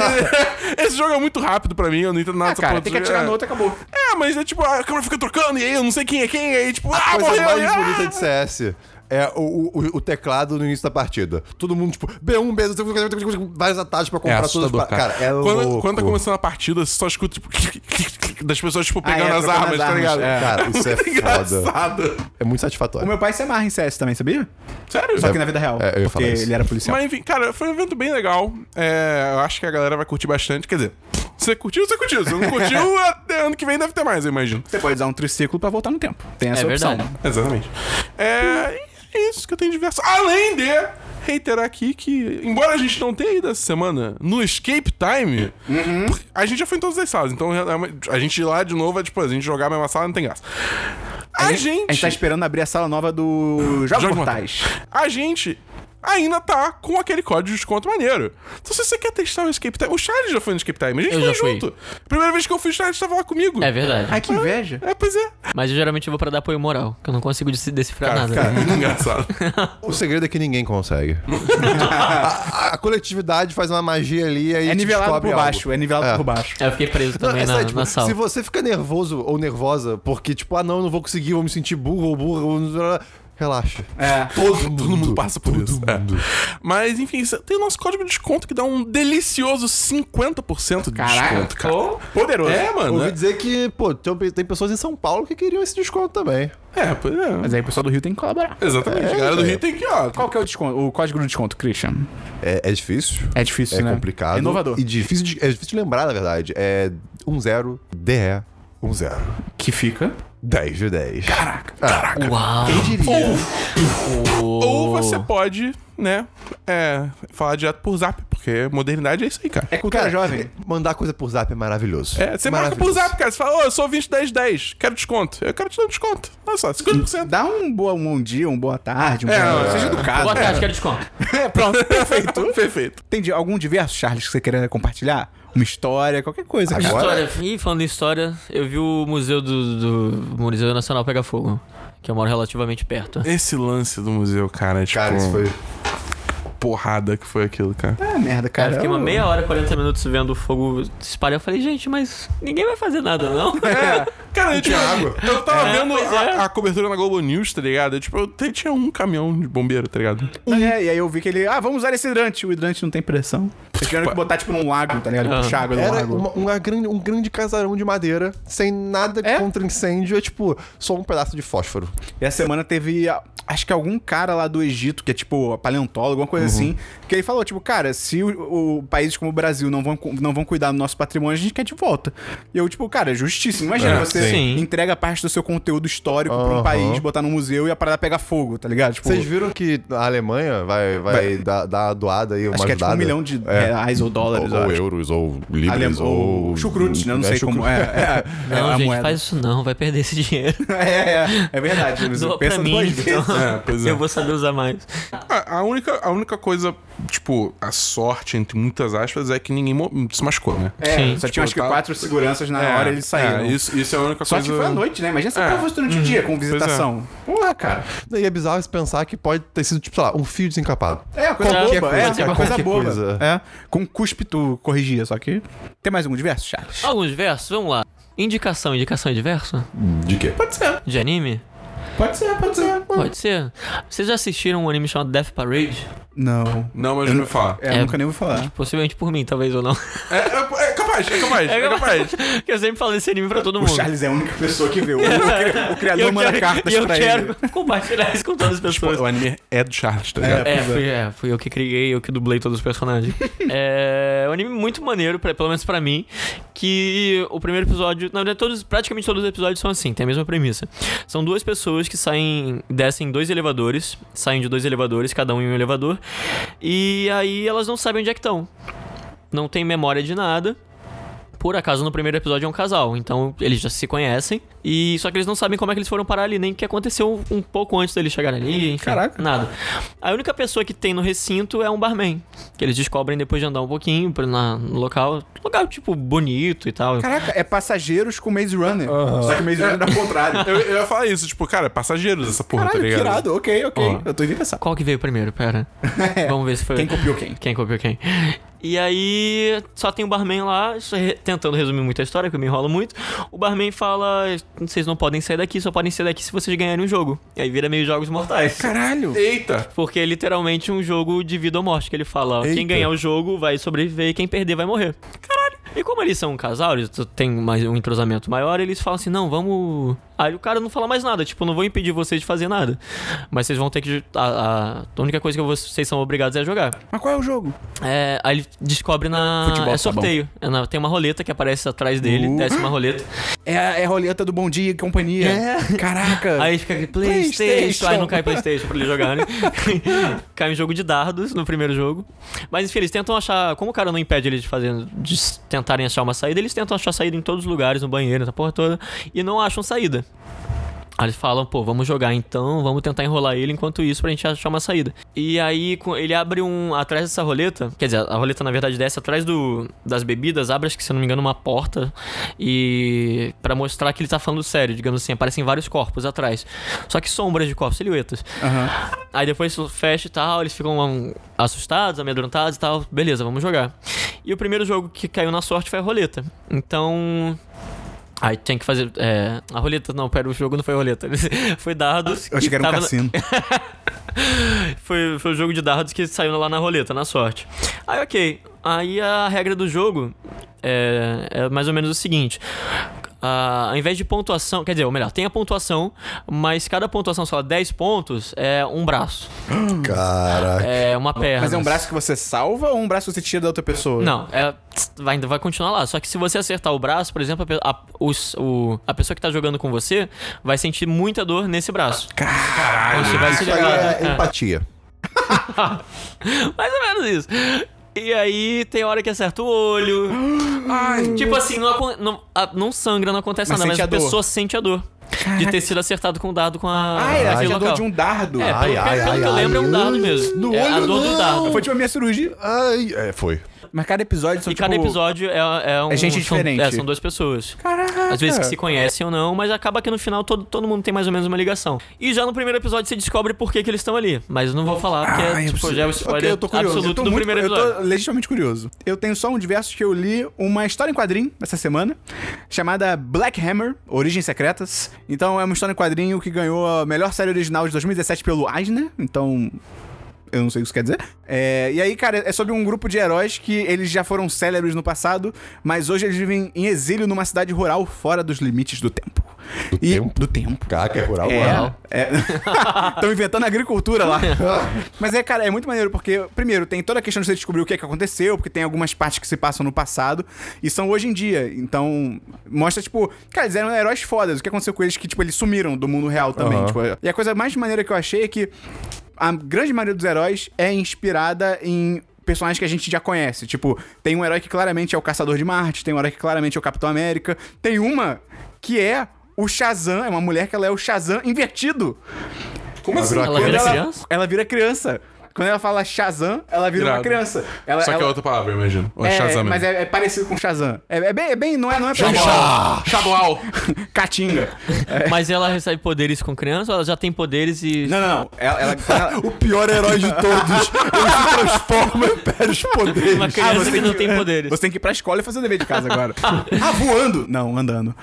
[LAUGHS] esse jogo é muito rápido pra mim, eu não entendo nada Ah, dessa cara, porra tem do que jogo. atirar É. no outro, acabou. É, mas é tipo, a câmera fica trocando, e aí eu não sei quem é quem, e aí tipo, ah, Coisa morreu! mais ah! bonita de CS. é o, o- o teclado no início da partida. Todo mundo, tipo, B1, B2, vários atalhos pra É comprar todos os assustador, pa- cara. é quando, louco. quando tá começando a partida, você só escuta, tipo, [LAUGHS] das pessoas, tipo, é, pegando as trocando armas, as tá armas, ligado? é. Cara, isso é foda. [LAUGHS] Engraçado. É muito O satisfatório. meu pai se amarra em CS também, sabia? Sério? Só que na vida real. É, eu porque ia falar isso. ele era policial. Mas enfim, cara, foi um evento bem legal. É, eu acho que a galera vai curtir bastante. Quer dizer, você curtiu, você curtiu. Se não [LAUGHS] curtiu, até ano que vem deve ter mais, eu imagino. Você pode usar um triciclo pra voltar no tempo. Tem essa É opção. verdade. Exatamente. É, e é isso que eu tenho de diversão. Além de reiterar aqui que, embora a gente não tenha ido essa semana no Escape Time, a gente já foi em todas as salas. Então a gente ir lá de novo é tipo, a gente jogar a mesma sala não tem graça. A, gente. A gente tá esperando abrir a sala nova do Jogos Jogos Mortais. A gente ainda tá com aquele código de desconto maneiro. Então, se você quer testar o Escape Time. O Charles já foi no Escape Time, a gente Eu foi já fui. junto. Primeira vez que eu fui, o Charles tava lá comigo. É verdade. Ai, que inveja. É, pois é. Mas eu geralmente vou pra dar apoio moral, que eu não consigo des- decifrar Cara, [LAUGHS] nada. fica muito engraçado. O segredo é que ninguém [LAUGHS] consegue. a, a- a coletividade faz uma magia ali aí É te nivelado descobre por algo. baixo, é nivelado É. por baixo. Aí Eu fiquei preso Não, também é na, sério, tipo, na sala. Se você fica nervoso ou nervosa, porque, tipo, ah, não, eu não vou conseguir, vou me sentir burro ou burro, ou blá, blá, blá, relaxa. É. Todo, mundo passa por isso. É. Mas, enfim, você tem o nosso código de desconto que dá um delicioso 50% de Caraca. desconto, cara. Poderoso. É, mano. Ouvi né? dizer que, pô, tem, tem pessoas em São Paulo que queriam esse desconto também. É, pois é. Mas aí o pessoal do Rio tem que colaborar. Exatamente. a galera do Rio tem que, ó. Qual que é o desconto? O código de desconto, Christian? É, é difícil. É difícil, É né? complicado. É inovador. E difícil de, é difícil de lembrar, na verdade. É 10 DE 10. Que fica. 10 de 10. Caraca, caraca. Uau! Ou você pode, né, é, falar direto por zap, porque modernidade é isso aí, cara. É cultura jovem. Mandar coisa por zap é maravilhoso. É, você marca por Maravilhoso. zap, cara. Você fala, ô, eu sou 20, 10, 10. Quero desconto. Eu quero te dar um desconto. Olha só, 50%. Dá um, boa, um bom dia, um boa tarde, um É, bom- não, Seja é. educado. né? Boa tarde, quero desconto. É, pronto. [LAUGHS] Perfeito. Perfeito. Tem de- algum diverso, Charles, que você queira compartilhar? Uma história, qualquer coisa. Ah, cara. Agora- História, ih, falando em história, eu vi o museu do, do Museu Nacional Pega Fogo, que eu moro relativamente perto. É? Esse lance do museu, cara, é tipo Cara, isso foi. porrada que foi aquilo, cara. Ah, merda, cara. Cara, eu fiquei uma Eu- meia hora, 40 minutos vendo o fogo se espalhar. Eu falei, gente, mas ninguém vai fazer [LAUGHS] nada, não? É, Cara, eu, tipo, eu tava vendo pois a, é. a cobertura na Globo News, tá ligado? Eu, tipo, eu te- tinha um caminhão de bombeiro, tá ligado? É, e aí eu vi que ele. Ah, vamos usar esse hidrante. O hidrante não tem pressão. Vocês tiveram que botar, tipo, num lago, tá ligado? Ah. Puxar água do Era lago. É, uma, uma grande, um grande casarão de madeira, sem nada É? contra incêndio, é tipo, só um pedaço de fósforo. E essa semana teve, a- acho que algum cara lá do Egito, que é tipo paleontólogo, alguma Uhum. coisa assim, que ele falou, tipo, cara, se o, o países como o Brasil não vão, cu- não vão cuidar do nosso patrimônio, a gente quer de volta. E eu, tipo, cara, justíssimo. Imagina, É, você sim. entrega parte do seu conteúdo histórico pra um Aham. país, botar no museu e a parada pega fogo, tá ligado? Tipo, Vocês viram que a Alemanha vai, vai, Dar, dar a doada aí, uma acho que é tipo um ajudada? milhão de É. reais ou dólares, Ou, eu ou acho. euros, ou libras, Alem- ou... ou chucrutes, né? Eu Não sei como. É, é, é, [LAUGHS] Não, a gente, moeda. faz isso não, vai perder esse dinheiro. [LAUGHS] É, é, é verdade. Doa pra Pensa mim, duas vezes. [LAUGHS] então. É, pois é. Eu vou saber usar mais. A, a única, a única coisa, tipo, a sorte, entre muitas aspas, é que ninguém mo- se machucou, né? É, Sim. só tinha acho que Tipo, tá- quatro seguranças na hora eles saíram. É, isso, isso é a única Só coisa. que foi à noite, né? Imagina se É. é. fosse durante o dia com visitação. Porra, cara. E é bizarro se pensar que pode ter sido, tipo, sei lá, um fio desencapado. É, uma coisa Qualquer boba. coisa, é, uma qualquer coisa boba. coisa. É. Com cuspe tu corrigia, só que... Tem mais algum diverso, Charles? Alguns versos, vamos lá. Indicação, indicação é diverso? De quê? Pode ser. De anime? Pode ser, pode ser. Pode ser. Vocês já assistiram um anime chamado Death Parade? Não. Não, mas eu me falar. É, É. nunca nem vou falar. Possivelmente por mim, talvez ou não. [LAUGHS] É, é- é capaz, é capaz, é capaz. Porque eu sempre falo desse anime pra todo O mundo. Charles é a única pessoa que vê. O, [LAUGHS] cri- o E criador manda quero- cartas e eu pra quero ele. compartilhar isso com todas as pessoas. O anime é do Charles, tá ligado? né? É, fui, é, fui eu que criei, eu que dublei todos os personagens. é um anime muito maneiro, pra- pelo menos pra mim, que o primeiro episódio, na verdade, todos, praticamente todos os episódios são assim, tem a mesma premissa. São duas pessoas que saem, descem dois elevadores, saem de dois elevadores, cada um em um elevador, e aí elas não sabem onde é que estão. Não tem memória de nada. Por acaso, no primeiro episódio é um casal, então eles já se conhecem. E só que eles não sabem como é que eles foram parar ali, nem o que aconteceu um pouco antes deles chegarem ali. Enfim, Caraca. Nada. A única pessoa que tem no recinto é um barman, que eles descobrem depois de andar um pouquinho pra- na, no local. Local, tipo, bonito e tal. Caraca, é passageiros com Maze Runner. Só que Maze Runner é ao contrário. Eu, eu ia falar isso, tipo, cara, é passageiros essa porra, Caralho, tá que ligado? irado. Ok, ok. Ó. Eu tô indo pensar. Qual que veio primeiro? Pera. Vamos ver se foi. Quem copiou quem? Quem copiou quem. E aí só tem o barman lá, isso é- tentando resumir muito a história, que eu me enrolo muito. O barman fala: vocês não podem sair daqui, só podem sair daqui se vocês ganharem o jogo. E aí vira meio jogos mortais. Caralho. Eita. Porque é literalmente um jogo de vida ou morte, que ele fala: ó, Eita. quem ganhar o jogo vai sobreviver e quem perder vai morrer. Caralho. E como eles são um casal, eles t- têm mais um entrosamento maior, eles falam assim: não, vamos. Aí o cara não fala mais nada, tipo, não vou impedir vocês de fazer nada. Mas vocês vão ter que. A, a- a única coisa que vocês são obrigados é jogar. Mas qual é o jogo? É, aí ele descobre na. Futebol, tá é sorteio. É na- tem uma roleta que aparece atrás dele, Uh. desce uma roleta. É a, é a roleta do Bom Dia e Companhia. É. Caraca. [LAUGHS] Aí fica aqui, PlayStation. PlayStation. Aí não cai PlayStation pra ele jogar, né? [LAUGHS] cai um jogo de dardos no primeiro jogo. Mas enfim, eles tentam achar. Como o cara não impede eles de, fazer, de s- tentarem achar uma saída, eles tentam achar saída em todos os lugares, no banheiro, na porra toda, e não acham saída. Aí eles falam, pô, vamos jogar então, vamos tentar enrolar ele enquanto isso pra gente achar uma saída. E aí com- ele abre um. Atrás dessa roleta, quer dizer, a roleta na verdade desce atrás do, das bebidas, abre, acho que se eu não me engano, uma porta. E. pra mostrar que ele tá falando sério, digamos assim, aparecem vários corpos atrás. Só que sombras de corpos, silhuetas. Aham. Aí depois fecha e tal, eles ficam um, assustados, amedrontados e tal. Beleza, vamos jogar. E o primeiro jogo que caiu na sorte foi a roleta. Então. Aí tem que fazer. é, a roleta, não, pera, o jogo não foi roleta. [LAUGHS] foi dardos. Eu achei que era um tava na- cassino. foi, foi o jogo de dardos que saiu lá na roleta, na sorte. Aí, ok. Aí a regra do jogo é, é mais ou menos o seguinte. Ah, ao invés de pontuação, quer dizer, ou melhor, tem a pontuação, mas cada pontuação só 10 pontos é um braço. Caraca. É uma perna. Mas é um braço que você salva ou um braço que você tira da outra pessoa? Ah, Não, é, vai, ainda vai continuar lá. Só que se você acertar o braço, por exemplo, a, pe- a- os- o- a pessoa que tá jogando com você vai sentir muita dor nesse braço. Caralho, você vai se né? Isso aí é, lembrar. empatia. [LAUGHS] Mais ou menos isso. E aí tem hora que acerta o olho. tipo assim, não, acon- não, a- não sangra, não acontece Mas nada, mas sente a, a dor. pessoa sente a dor. De ter sido acertado com o dado com a. Ah, é, aquele a dor assim, local. de um dardo. É, Ai, pelo, ai, pelo ai, que eu ai. lembro, é um dardo mesmo. No é a olho dor não! do dardo. Foi tipo a minha cirurgia. Ai, é, foi. Mas cada episódio são E cada tipo- episódio é, é um. É gente são- diferente. é, são duas pessoas. Caraca. Às vezes que se conhecem ou não, mas acaba que no final todo, todo mundo tem mais ou menos uma ligação. E já no primeiro episódio você descobre por que, que eles estão ali. Mas eu não vou falar, porque Ah, é, eu tipo, preciso- já é o Ok, spoiler eu tô curioso. absoluto eu tô do muito- primeiro episódio. Eu tô legitimamente curioso. Eu tenho só um diverso que eu li uma história em quadrinho essa semana, chamada Black Hammer, Origens Secretas. Então é uma história em quadrinho que ganhou a melhor série original de 2017 pelo Eisner. Então. Eu não sei o que isso quer dizer. É, e aí, cara, é sobre um grupo de heróis que eles já foram célebres no passado, mas hoje eles vivem em exílio numa cidade rural fora dos limites do tempo. Do tempo? Do tempo. Caraca, é rural, É. mano. [LAUGHS] Estão É. inventando agricultura lá. Mas é, cara, é muito maneiro, porque, primeiro, tem toda a questão de você descobrir o que, é que aconteceu, porque tem algumas partes que se passam no passado e são hoje em dia. Então, mostra, tipo, cara, eles eram heróis fodas. O que aconteceu com eles que, tipo, eles sumiram do mundo real também. Aham. tipo, e a coisa mais maneira que eu achei é que a grande maioria dos heróis é inspirada em personagens que a gente já conhece. Tipo, tem um herói que claramente é o Caçador de Marte, tem um herói que claramente é o Capitão América, tem uma que é o Shazam, é uma mulher que ela é o Shazam invertido. Como assim? Ela vira Quando criança? Ela vira criança. Quando ela fala Shazam, ela vira Irado. uma criança. Ela, Só que ela- é outra palavra, eu imagino. Ou é, é, Shazam. Mas mesmo. é, é parecido com Shazam. É, é bem, é bem- não é, não é pra [LAUGHS] Xablau. Xablau. Catinga. Mas ela recebe poderes com criança ou ela já tem poderes e. É. Não, não, não. Ela, [LAUGHS] ela- quando ela- O pior herói de todos. Ele se transforma e perde os poderes. Uma criança que não tem poderes. Você tem Ah, que ir pra escola e fazer o dever de casa [LAUGHS] agora. ah, voando! Não, andando.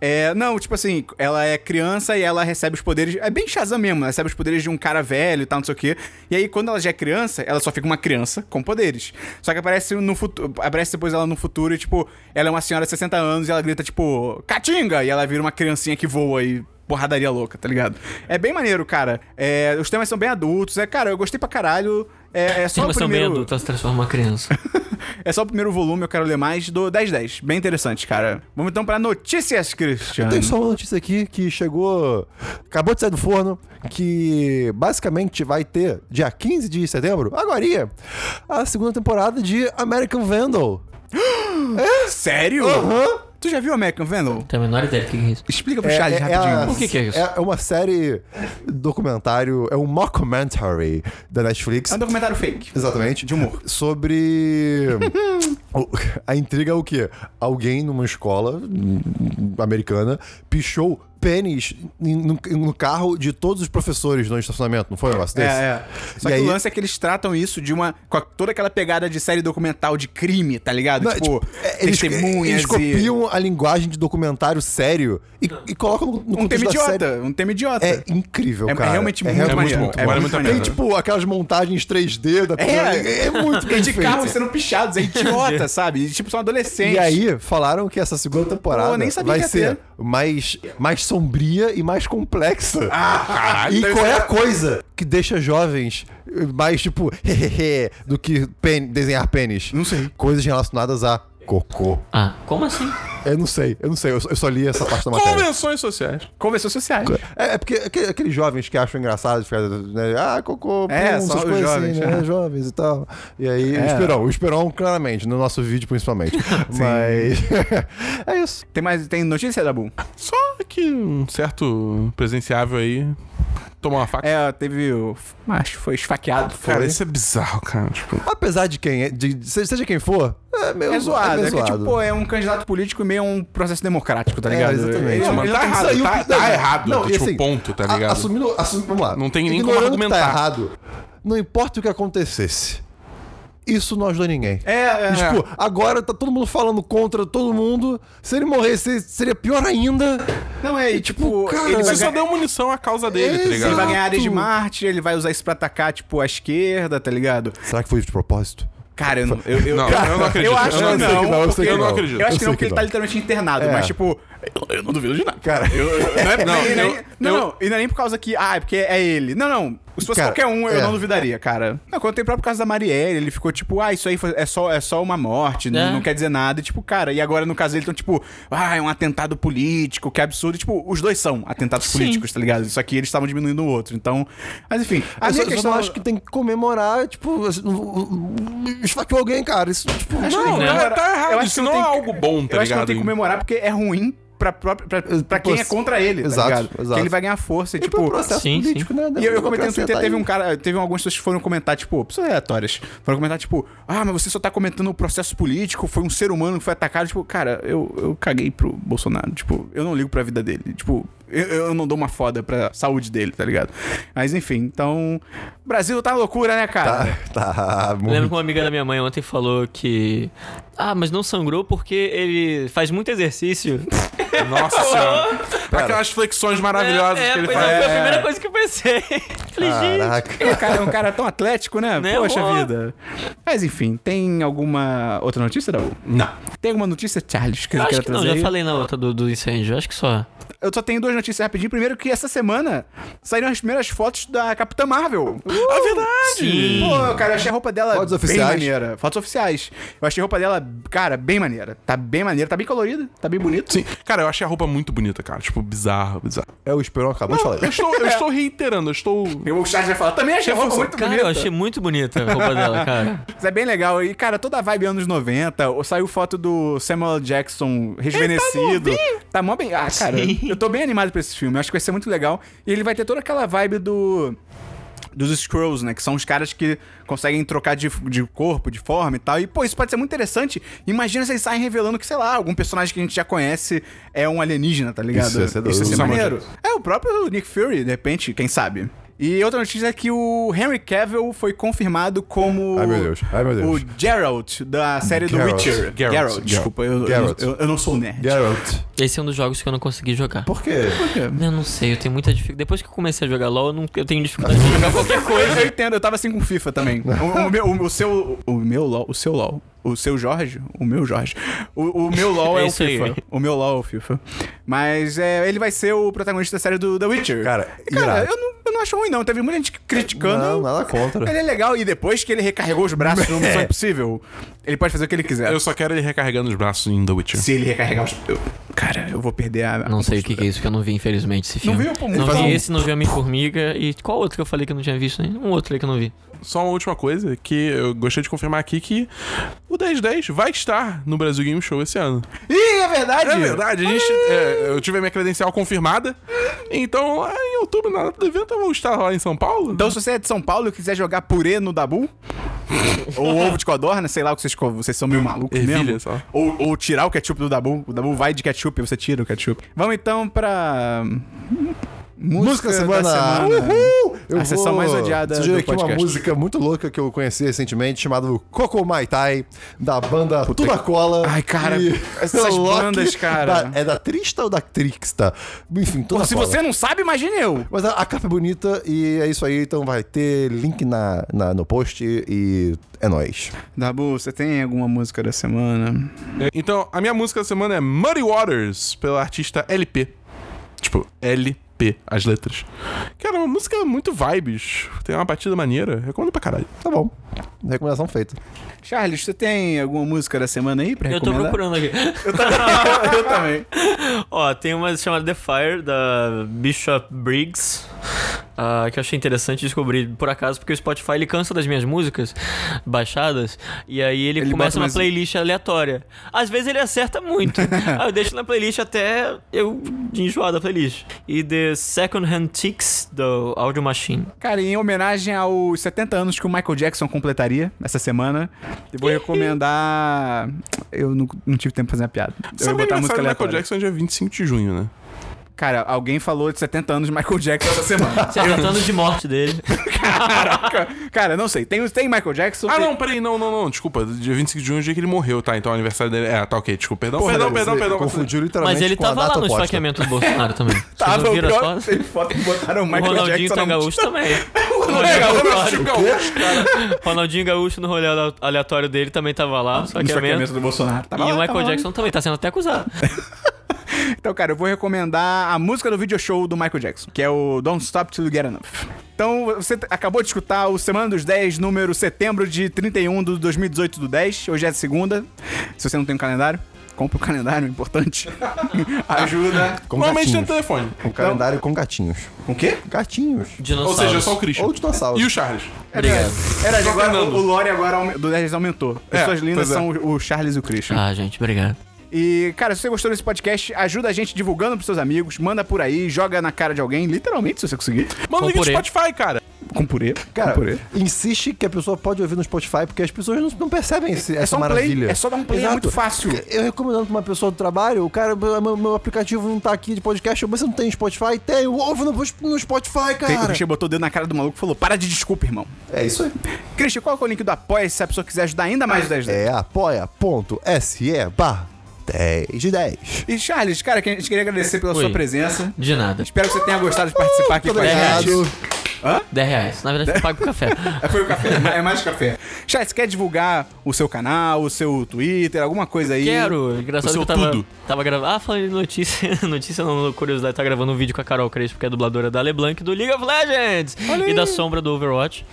É, não, tipo assim, ela é criança e ela recebe os poderes. É bem Shazam mesmo, ela recebe os poderes de um cara velho e tal, não sei o quê. E aí, quando ela já é criança, ela só fica uma criança com poderes. Só que aparece no futuro. Aparece depois ela no futuro e, tipo, ela é uma senhora de 60 anos e ela grita, tipo, Catinga! E ela vira uma criancinha que voa e. Porradaria louca, tá ligado? É bem maneiro, cara. É, os temas são bem adultos. É, cara, eu gostei pra caralho. É, é só Sim, o mas também primeiro... adulta, ela se transforma em uma criança. É só o primeiro volume, eu quero ler mais do 1010. Bem interessante, cara. Vamos então pra notícias, Christian. Tem só uma notícia aqui que chegou. Acabou de sair do forno. Que basicamente vai ter, dia 15 de setembro, agora, a segunda temporada de American Vandal. Sério? Aham. Tu já viu American Venom? Tem a menor ideia do que é isso. Explica pro Charles rapidinho. O que que é isso? É, é uma série documentário, é um mockumentary da Netflix. É um documentário fake. Exatamente. De humor. Sobre. o- a intriga é o quê? Alguém numa escola hum, americana pichou pênis em- no, no carro de todos os professores no estacionamento, não foi um negócio É, desse? é. Só E que aí- o lance é que eles tratam isso de uma. com a- toda aquela pegada de série documental de crime, tá ligado? Não, tipo, é, eles, testemunhas. eles e- copiam a linguagem de documentário sério e, e colocam no, no Um tema contexto da série. idiota. Um tema idiota. É incrível, É- é cara. realmente muito maneiro, é Tem, muito maneiro. tipo, aquelas montagens 3D da é, é [LAUGHS] muito E bem de feito. carros sendo [LAUGHS] pichados, é idiota, sabe? E, tipo, são adolescentes. E aí, falaram que essa segunda temporada Pô, nem sabia vai que ia ser ter. mais, mais sombria e mais complexa. Ah, caralho, E deve qual é a ser- coisa que deixa jovens mais, tipo, [LAUGHS] hehehe, do que pen- desenhar pênis? Não sei. Coisas relacionadas a cocô. Ah, como assim? Eu não sei, eu não sei, eu, eu só li essa parte da matéria. Convenções sociais. Convenções sociais. É, é porque aque- aqueles jovens que acham engraçado ficar, né, ah, cocô, É, pum, só essas os coisas jovens, assim, né, é. jovens e tal. E aí, o É. Esperão, o Esperão, claramente, no nosso [LAUGHS] vídeo principalmente. Mas, [LAUGHS] é isso. Tem mais. Tem notícia, Dabu? Só que um certo presenciável aí tomou uma faca. É, teve o. Acho que foi esfaqueado. Foi. Cara, isso é bizarro, cara. Tipo, Apesar de quem é, de- de- seja quem for, é meio É zoado, é, meio que tipo, pô, é um candidato político e meio um processo democrático, tá ligado? exatamente. Ele- Não, mas ele- tá tem que errado, sair o tá- que- tá não, errado, não, assim, tipo, ponto, tá ligado? assumindo, assumindo, vamos lá. Não tem nem como Ignorando que Tá argumentar. errado, não importa o que acontecesse, isso não ajudou ninguém. É, é. E, tipo, agora tá todo mundo falando contra todo mundo. Se ele morresse, seria pior ainda. Não, é, e, tipo, cara, ele vai Você Mas só ganhar- deu munição à causa dele, tá Exato. Ele vai ligado? ganhar área de Marte, ele vai usar isso pra atacar, tipo, a esquerda, tá ligado? Será que foi de propósito? Cara, eu não. Eu, eu, Não, eu não acredito. Eu acho Eu que não sei não. que não, eu sei porque que eu não. não acredito. Eu acho Eu que não, sei porque que ele não. tá literalmente internado, mas, tipo, eu, eu não duvido de nada. Cara, Não, é, Não, não, e nem- eu- não, eu- não, e não é nem por causa que, ah, é porque é ele. Não, não. Se fosse Cara, qualquer um, eu é. não duvidaria, cara. Não, quando tem o próprio caso da Marielle, ele ficou tipo, ah, isso aí foi- é, só, é só uma morte, n- É. não, quer dizer nada. E, tipo, cara, e agora no caso dele estão tipo, ah, é um atentado político, que absurdo. E, tipo, os dois são atentados políticos, tá ligado? Só que eles estavam diminuindo o outro. Então, mas enfim. A eu minha só, questão, é- só não acho que tem que comemorar, tipo, assim, um- um- esfaqueou alguém, cara. Isso, tipo, que Não, tem que não, comemorar. tá errado. Eu acho Isso que não não é tem- algo bom, eu tá acho que não ligado? tem que comemorar porque é ruim pra, própria, pra, pra quem é contra ele, Exato, tá ligado? exato. Que ele vai ganhar força e, tipo, tipo... processo sim, político, né? E eu, eu comentei no Democracia Twitter, tá teve aí. um cara, teve algumas pessoas que foram comentar, tipo, pessoas aleatórias, foram comentar, tipo, ah, mas você só tá comentando o processo político, foi um ser humano que foi atacado, tipo, cara, eu, eu caguei pro Bolsonaro, tipo, eu não ligo pra vida dele, tipo, eu, eu não dou uma foda pra saúde dele, tá ligado? Mas enfim, então, Brasil tá loucura, né, cara? Tá, Eu lembro muito. que uma amiga da minha mãe ontem falou que. Ah, mas não sangrou porque ele faz [LAUGHS] muito exercício. [LAUGHS] Nossa senhora. Aquelas flexões maravilhosas é, que ele pois faz. é, foi a primeira coisa que eu pensei. [LAUGHS] Falei, gente. Caraca. [LAUGHS] O cara é um cara tão atlético, né? Né, Poxa amor? vida. Mas enfim, tem alguma outra notícia, Dabu? Não. Tem alguma notícia, Charles, que Eu eu acho quero que não, trazer? já aí? Tá falei na outra do, do incêndio, eu acho que só. Eu só tenho duas notícias rapidinho. Primeiro que essa semana saíram as primeiras fotos da Capitã Marvel. É Ah, verdade! Uh! Sim. Pô, cara, eu achei a roupa dela Fotos bem oficiais? maneira. Fotos oficiais. Eu achei a roupa dela, cara, bem maneira. Tá bem maneira, tá bem colorida, tá bem bonito. Sim. Cara, eu achei a roupa muito bonita, cara. Tipo, bizarro, bizarro. É o Esperão acabou de falar. Eu estou, eu estou reiterando, eu estou. E o Charles vai falar, também achei a roupa muito Cara, bonita. eu achei muito bonita a [LAUGHS] roupa dela, cara. Isso é bem legal. E, cara, toda a vibe anos 90. Ou saiu foto do Samuel L. Jackson rejuvenescido. Tá mó bem. Ah, cara, Sim. eu tô bem animado pra esse filme. Eu Acho que vai ser muito legal. E ele vai ter toda aquela vibe do. Dos Skrulls, né? Que são os caras que conseguem trocar de, de corpo, de forma e tal. E, pô, isso pode ser muito interessante. Imagina se eles saem revelando que, sei lá, algum personagem que a gente já conhece é um alienígena, tá ligado? Isso ia ser doido. Isso ia ser Isso é maneiro. É, o próprio Nick Fury, de repente, quem sabe. E outra notícia é que o Henry Cavill foi confirmado como Ai, meu Deus. Ai, meu Deus. o Geralt da série Geralt. do Witcher. Geralt. desculpa, eu, eu- Geralt. Eu, eu não sou nerd. Geralt. Esse é um dos jogos que eu não consegui jogar. Por quê? Eu não sei, eu tenho muita dificuldade. Depois que eu comecei a jogar LOL, eu, não- eu [LAUGHS] tenho dificuldade de jogar qualquer coisa. Eu, eu entendo, eu tava assim com FIFA também. O, o meu, o, seu, o meu LOL, o seu LOL, o seu Jorge, o meu Jorge. O, o meu LOL é, É o isso aí. FIFA. O meu LOL é o FIFA. Mas é, ele vai ser o protagonista da série do The Witcher. Cara, E, cara irado. eu não, eu não acho ruim não, teve muita gente criticando. Não, nada contra. É. Ele é legal e depois que ele recarregou os braços no [LAUGHS] Missão Impossível, ele pode fazer o que ele quiser. Eu só quero ele recarregando os braços em The Witcher. Se ele recarregar os. eu- cara, eu vou perder a. Não sei o que, que é isso, que eu não vi, infelizmente, esse filme. tá viu, pô? Não Faz vi um- esse, não vi Homem Formiga. E qual outro que eu falei que eu não tinha visto, né? Um outro aí que eu não vi. Só uma última coisa que eu gostei de confirmar aqui que o 1010 vai estar no Brasil Game Show esse ano. Ih, é verdade! É verdade, a gente, é, eu tive a minha credencial confirmada. Então, lá em outubro, na data do evento, eu vou estar lá em São Paulo. Então, se você é de São Paulo e quiser jogar purê no Dabu, ou ovo de codorna, sei lá o que vocês comem. Vocês são meio malucos Ervilha, mesmo. só. Ou, ou tirar o ketchup do Dabu. O Dabu vai de ketchup e você tira o ketchup. Vamos então pra... Música, da semana. Uhul! Eu a sessão vou mais odiada sugerir do aqui uma podcast. música muito louca que eu conheci recentemente, chamada Coco Mai Tai, da banda Tudo Cola. é Ai, cara, [LAUGHS] essas bandas, cara. da- é da Trista ou da Trixta? Enfim, Tudo Pô, se você não sabe, imagine eu. Mas a, a capa é bonita e é isso aí, então vai ter link na, na- no post e é nóis. Dabu, você tem alguma música da semana? Então, a minha música da semana é Muddy Waters, pela artista LP. Tipo, LP, as letras. Cara, é uma música muito vibes. Tem uma batida maneira. Recomendo pra caralho. Tá bom. Recomendação feita. Charles, você tem alguma música da semana aí pra Eu tô recomendar? procurando aqui. [LAUGHS] [LAUGHS] eu também. Ó, tem uma chamada The Fire, da Bishop Briggs. ah, que eu achei interessante descobrir por acaso, porque o Spotify ele cansa das minhas músicas baixadas e aí ele, Ele bota começa uma mais- playlist aleatória. Às vezes ele acerta [LAUGHS] muito. aí eu deixo na playlist até eu enjoar da playlist. E The Second Hand Ticks, do Audio Machine. Cara, em homenagem aos 70 anos que o Michael Jackson completaria essa semana, eu vou recomendar. Eu não, não tive tempo pra fazer uma piada. Eu Sabe vou botar a aniversário música do Michael aleatória. Jackson é dia 25 de junho, né? Cara, alguém falou de 70 anos de Michael Jackson essa semana. [LAUGHS] [LAUGHS] Se acertando de morte dele. Caraca! Cara, não sei. Tem, tem Michael Jackson? Ah, tem- não, peraí, não, não, não, desculpa. Dia 25 de junho é o dia que ele morreu, tá? Então é o aniversário dele. É, tá ok, desculpa. Perdão, perdão, é, Você perdão, perdão. Confundiu literalmente Mas ele com a tava lá data no oposta. esfaqueamento do Bolsonaro [LAUGHS] também. Vocês Tava, não o viram as pior, fotos? teve foto que botaram o O Michael Ronaldinho Jackson tá na gaúcho [LAUGHS] também. O É, tá Ronaldinho tá agora Gaúcho. eu gaúcho, cara. Ronaldinho Gaúcho no rolê ale- aleatório dele também tava lá, só no Ah, que é menos. esfaqueamento do Bolsonaro. E Tava lá, o tava Michael lá. Jackson também tá sendo até acusado. Então, cara, eu vou recomendar a música do video show do Michael Jackson, que é o Don't Stop Till You Get Enough. Então, você t- acabou de escutar o Semana dos 10, número setembro de 31 de 2018 do 10. Hoje é a segunda. Se você não tem um calendário, compra um calendário, é [LAUGHS] importante. Ajuda. Com Normalmente tem no gatinhos. telefone. Um calendário com gatinhos. Com o quê? Gatinhos. Ou Dinossauros. seja, um só o Christian. Ou dinossauros. E o Charles. Obrigado. Era, de agora, Fernando. o Lore agora aume- do 10 aumentou. É, Pessoas lindas pois é. são o o Charles e o Christian. Ah, gente, obrigado. E, cara, se você gostou desse podcast, ajuda a gente divulgando pros seus amigos, manda por aí, joga na cara de alguém, literalmente, se você conseguir. Manda o link do Compurê. Spotify, cara. Com purê. Cara, com purê. insiste que a pessoa pode ouvir no Spotify, porque as pessoas não, não percebem esse, É essa só um play, maravilha. é só dar um play, é Exato. muito fácil. Eu recomendando pra uma pessoa do trabalho, o cara, meu, meu- meu aplicativo não tá aqui de podcast, mas você não tem Spotify? Tem, ouve no, no Spotify, Tem- O cara. Christian botou o dedo na cara do maluco e falou: para de desculpa, irmão. É isso aí. Christian, qual é o link do Apoia-se se a pessoa quiser ajudar ainda mais o 10 10? É apoia.se barra 10 de 10. E Charles, cara, que a gente queria agradecer pela Oi. sua presença. De nada. Tipo, Espero que você tenha gostado de participar aqui Muito com a gente. obrigado. 10 reais. Na verdade, eu pago o café. [LAUGHS] Foi o café, é mais café. Charles, você quer divulgar o seu canal, o seu Twitter, alguma coisa aí? Quero. O Engraçado que seu eu tava, tudo. tava gravando. Ah, falando de notícia. [LAUGHS] Notícia não, curiosidade. Tá gravando um vídeo com a Carol Crespo, que é dubladora da LeBlanc do League of Legends. E da sombra do Overwatch.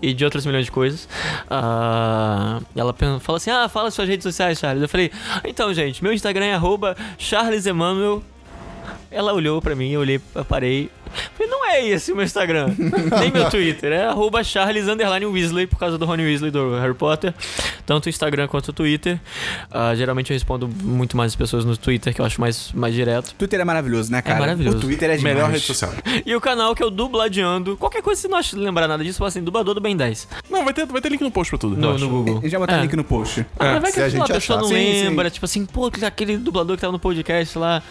E de outras milhões de coisas. Ah, ela pen- fala assim: Ah, fala suas redes sociais, Charles. Eu falei: Então, gente, meu Instagram é arroba Charles Emanuel. Ela olhou pra mim, eu olhei, eu parei. Falei, não é esse o [LAUGHS] meu Instagram, nem meu Twitter. É arroba Charles underline Weasley, por causa do Rony Weasley do Harry Potter. Tanto o Instagram quanto o Twitter. Ah, geralmente eu respondo muito mais as pessoas no Twitter, que eu acho mais, mais direto. Twitter é maravilhoso, né, cara? maravilhoso. O Twitter é demais. Melhor rede social. E o canal que é o Dubladeando. Qualquer coisa, se não ach- lembrar nada disso, fala assim, dublador do Ben 10. Não, vai ter, vai ter link no post pra tudo. No, relaxa. no Google. Eu já botei o É. link no post. Ah, mas vai se que a sei lá, a gente pessoa achar. não Sim, sim. lembra, tipo assim, pô, aquele dublador que tava no podcast lá.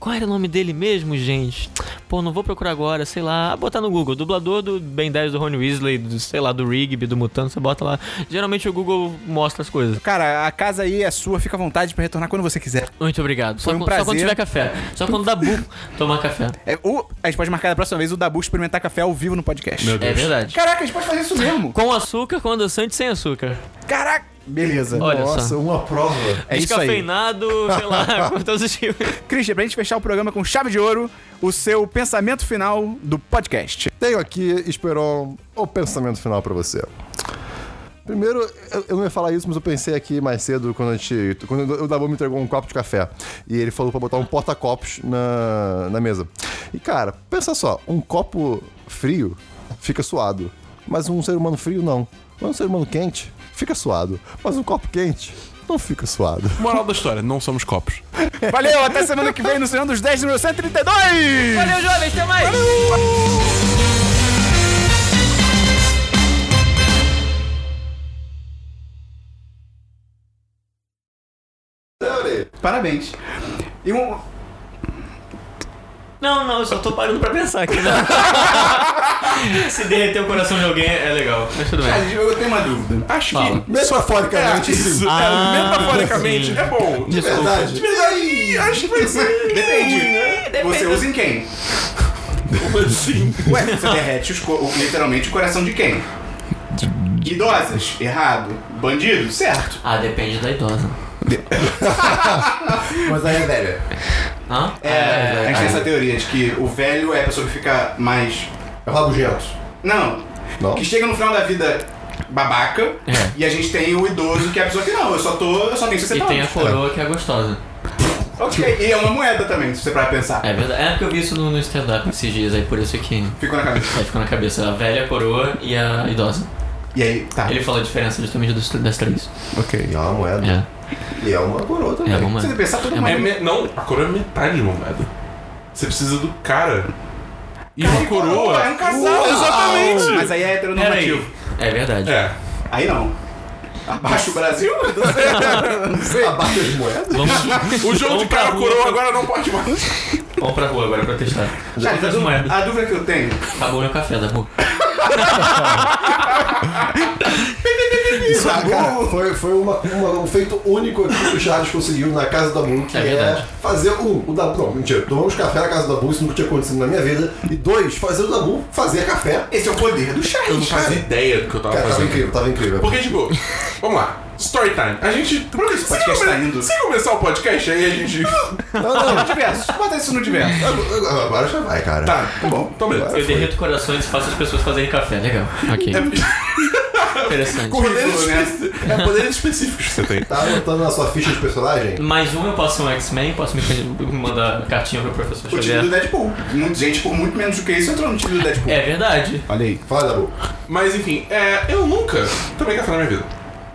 Qual era o nome dele mesmo, gente? Pô, não vou procurar agora, sei lá. Ah, Botar no Google, dublador do Ben 10 do Rony Weasley, do, sei lá, do Rigby, do Mutano, você bota lá. Geralmente o Google mostra as coisas. Cara, a casa aí é sua, fica à vontade pra retornar quando você quiser. Muito obrigado. Só, Foi um quan- só prazer. quando tiver café. Só quando dá bu tomar café. É, o- a gente pode marcar da próxima vez o Dabu experimentar café ao vivo no podcast. Meu É Deus. verdade. Caraca, a gente pode fazer isso mesmo. Com açúcar, com adoçante sem açúcar. Caraca. Beleza. Olha Nossa, só. uma prova. É isso aí. Descafeinado, sei [LAUGHS] lá, com todos os tipos. Christian, pra gente fechar o programa com chave de ouro, o seu pensamento final do podcast. Tenho aqui, Esperon, o pensamento final pra você. Primeiro, eu, eu não ia falar isso, mas eu pensei aqui mais cedo quando a gente. Quando o Dabu me entregou um copo de café. E ele falou pra botar um porta-copos na, na mesa. E cara, pensa só, um copo frio fica suado. Mas um ser humano frio não. Mas um ser humano quente fica suado. Mas um copo quente não fica suado. Moral da história, não somos copos. Valeu, até semana que vem no Senhor dos 10, número 132! Valeu, jovens, até mais! Parabéns. E um. Não, não, eu só tô parando pra pensar aqui. [LAUGHS] Se derreter o coração de alguém é legal. Mas tudo Ah, bem. eu tenho uma dúvida. Acho Fala. que. Ah, Metaforicamente, É, isso. sim. é, Ah, metaforicamente, sim. né, é bom. De verdade. Aí, Acho que vai ser. Depende. Você usa em quem? Como assim? Ué, você derrete os co- o- literalmente o coração de quem? Idosas? Errado. Bandido? Certo. Ah, depende da idosa. [LAUGHS] Mas aí é velho. Hã? É, a gente tem essa teoria de que o velho é a pessoa que fica mais. É rabugento. Não. Não? Que chega no final da vida babaca. É. E a gente tem o idoso que é a pessoa que não, eu só tô. Eu só tenho 60 E tem a anos. coroa que é gostosa. Ok. E é uma moeda também, se você parar pra pensar. É verdade. É porque eu vi isso no, no stand-up esses dias, aí por isso que. Ficou na cabeça. Aí ficou na cabeça a velha, a coroa e a idosa. E aí, tá. Ele fala a diferença justamente dos, das três. Ok, é uma moeda. É, E é uma coroa também. é uma. Se você pensar, todo mundo É me- não, a coroa é metade de uma moeda. Você precisa do cara. E uma coroa. É um casal. Uau! Exatamente. Mas aí é um heteronormativo. É verdade. É. Aí não. Abaixa o Brasil? Não sei. Abaixa as moedas? Vamos, O jogo de pra cara rua. coroa agora não pode mais. Vamos pra rua agora pra testar. Cara, a, Quantas um- moedas? dúvida, a dúvida que eu tenho. Acabou meu café da rua. Isso, Ah, cara, foi, foi uma, uma- um feito único aqui que o Charles conseguiu na casa da Bull, que É é, verdade. fazer um. O Dabu, não, mentira. Tomamos café na casa da Bull, isso nunca tinha acontecido na minha vida. E dois, fazer o Dabu fazer café. Esse é o poder do chá. Eu não fazia ideia do que eu tava Cara, É, tava fazendo. incrível, tava incrível. Porque, tipo, vamos lá. Story time. A gente. Por que esse podcast tá indo? Se começar o podcast, aí a gente. Não, não, Diverso. [LAUGHS] Bota isso no diverso. agora- agora já vai, cara. Tá, Tá bom. então beleza. Eu derreto corações e faço as pessoas fazerem café. Legal. Ok. É Interessante. Poderes, Currículo, né? espe- é, poderes específicos que você tem. Tá anotando na sua ficha de personagem? Mais um, eu posso ser um X-Men, posso me me mandar cartinha pro professor O time do Xavier. Deadpool. Muita gente por muito menos do que isso entrou no time do Deadpool. É verdade. Olha aí. Fala, Dabu. Mas enfim, é, eu nunca tomei café na minha vida.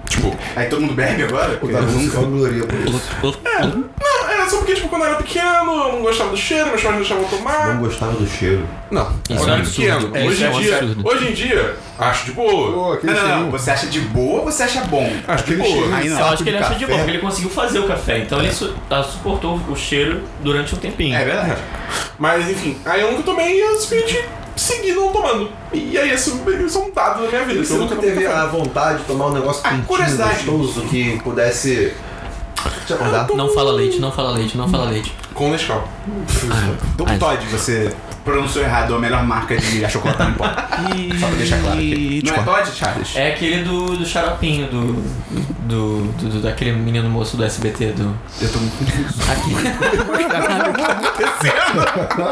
Tipo, Aí todo mundo bebe agora? O Dabu se vangloria por isso. tipo, não, era só porque, tipo, quando eu era pequeno, eu não gostava do cheiro, meus pais não deixavam eu tomar. Não gostava do cheiro. Não, Isso é quando eu era absurdo. pequeno. É, hoje, isso é em um dia, absurdo. hoje em dia, acho de boa. Pô, Não, aquele não, não. cheirinho. Você acha de boa ou você acha bom? Tipo, Acho de aquele boa. cheiro. Aí Eu Saco acho que É, de ele achou de café. boa, porque ele conseguiu fazer o café. Então ele su- ah, suportou o cheiro durante um tempinho. É verdade. Mas enfim, aí eu nunca tomei e eu simplesmente segui não tomando. E aí esse isso é um dado da minha vida. Você Eu nunca tomei teve café. a vontade de tomar um negócio é Ah, quentinho, curiosidade. gostoso, que pudesse te acordar? Não fala leite, não fala leite, não fala leite. Com Nescau. Dom Todd, você pronunciou errado a melhor marca de achocolatado em pó. Só pra deixar claro aqui. Não é Todd, Charles? É aquele do, do xaropinho, do, do, do- do- Daquele menino moço do SBT do. Eu tô muito confuso. [LAUGHS]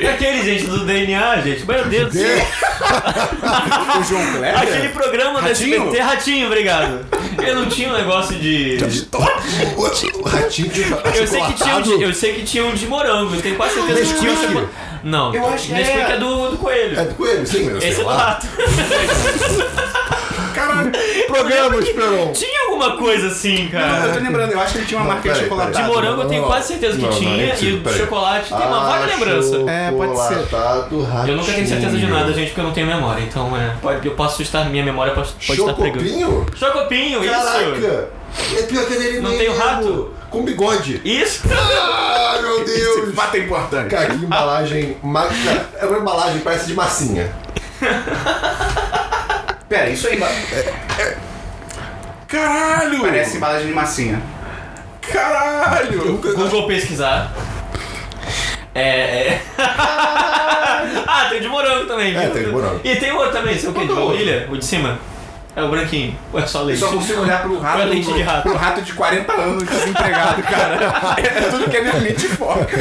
É aquele, gente, do DNA, gente. Meu Deus do céu. [LAUGHS] O João Kleber? Aquele programa do Ratinho? SBT, Ratinho, obrigado. Eu não tinha um negócio de. Tá O ratinho de Eu sei, que tinha um de, eu sei que tinha um de morango, eu tenho quase certeza que tinha um de morango. Não, Eu acho que Nesquik é- Ah, é do, do coelho. É do coelho, sim, meu. Esse sei é do lá. rato. Caralho. Programas, Peron. Tinha alguma coisa assim, Não, eu tô cara. lembrando, eu acho que ele tinha uma Não, marca de peraí, chocolatado. De peraí. morango eu tenho Não, quase certeza que não, não, tinha, não é e o possível, peraí. chocolate tem uma vaga lembrança. É, pode ser. Do ratinho. Eu nunca tenho certeza de nada, gente, porque eu não tenho memória. Então, é, pode- eu posso estar. Minha memória pode, pode estar pregando. Chocopinho? Chocopinho, isso! Caraca. É pior que ele Não mesmo. tem o rato? Com bigode. Isso! Ah, meu Esse Deus. fato é importante. Cara, que embalagem... ma- cara, É uma embalagem, parece de massinha. Pera, isso aí Caralho! parece embalagem de massinha. Caralho! Google pesquisar. É. é... [LAUGHS] ah, tem o de morango também. É, viu? tem o de morango. é E tem outro também, sei o que? é De baunilha? O de cima? É o branquinho. Ou é só Eu leite? só consigo olhar pro rato, Olha a lente é de rato. pro rato de 40 anos desempregado, cara. É tudo que a minha mente foca.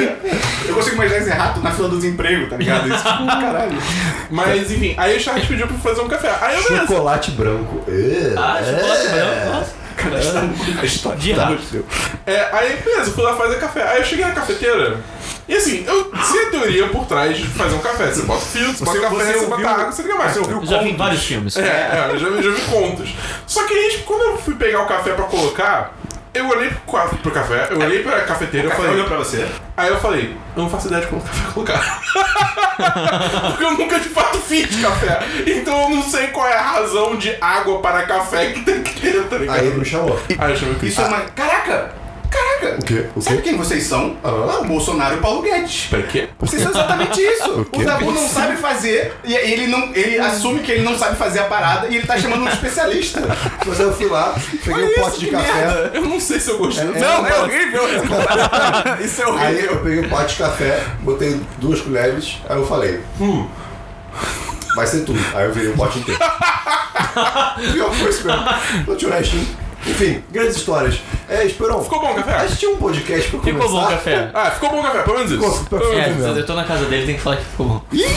Eu consigo imaginar esse rato na fila do desemprego, tá ligado? Isso, caralho. Mas enfim, aí o Charles pediu pra eu fazer um café. Aí eu beleza. Chocolate branco. É. Ah, chocolate branco? Nossa. A história De tá rato. no seu. É, aí beleza, eu fui lá fazer café. Aí eu cheguei na cafeteira. E assim, eu sei a teoria por trás de fazer um café. Você bota filtro, você bota Você- café, você você, bota ouviu- água, você liga mais. Você ouviu Eu já vi em contos? vários filmes. É, é, eu já, vi- já vi contas. Só que aí, tipo, quando eu fui pegar o café pra colocar, eu olhei pro, qua- pro café, eu olhei pra cafeteira, eu Café falei. olhou pra você. Aí eu falei, eu não faço ideia de como o café é colocado. [LAUGHS] Porque eu nunca de fato fiz café. Então eu não sei qual é a razão de água para café que tem que ter, tá ligado? Aí ele me é chamou. Aí eu chamei o Cris. Ah, Isso é uma. Caraca! mentira. Ah. O quê? O Sabe quê? quem vocês são? Ah. O Bolsonaro e o Paulo Guedes. Pra quê? Vocês [LAUGHS] são exatamente isso. quê? Hum. O Dabu não sabe fazer e ele não, ele assume que ele não sabe fazer a parada e ele tá chamando um [LAUGHS] especialista. Mas eu fui lá, peguei Olha um isso, pote de que café. merda. Eu não sei se eu gostei. É- não, é- é horrível. [LAUGHS] isso é Aí eu peguei um pote de café, botei duas colheres, aí eu falei, hum, vai ser tudo. Aí eu virei o pote [LAUGHS] inteiro. Pior foi isso mesmo. Não tinha o restinho. Enfim, grandes histórias. É, Esperão. Ficou bom o café? A gente tinha um podcast pra Ficou começar. bom o café. Ah, ficou bom o café, pelo menos Ficou, isso. ficou É, mesmo. eu tô na casa dele, tem que falar que ficou bom. Viu?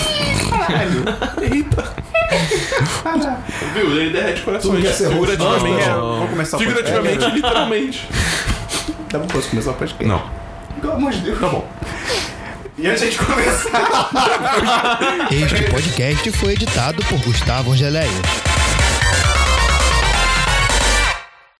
Ele derrete corações. Tudo que é ser roxo, figurativamente. não, não. Vamos começar o Figurativamente e literalmente. podcast. Tá bom, posso começar o podcast? Não. Pelo amor de Deus. Tá bom. E antes de começar, Este podcast foi editado por Gustavo Angeléia.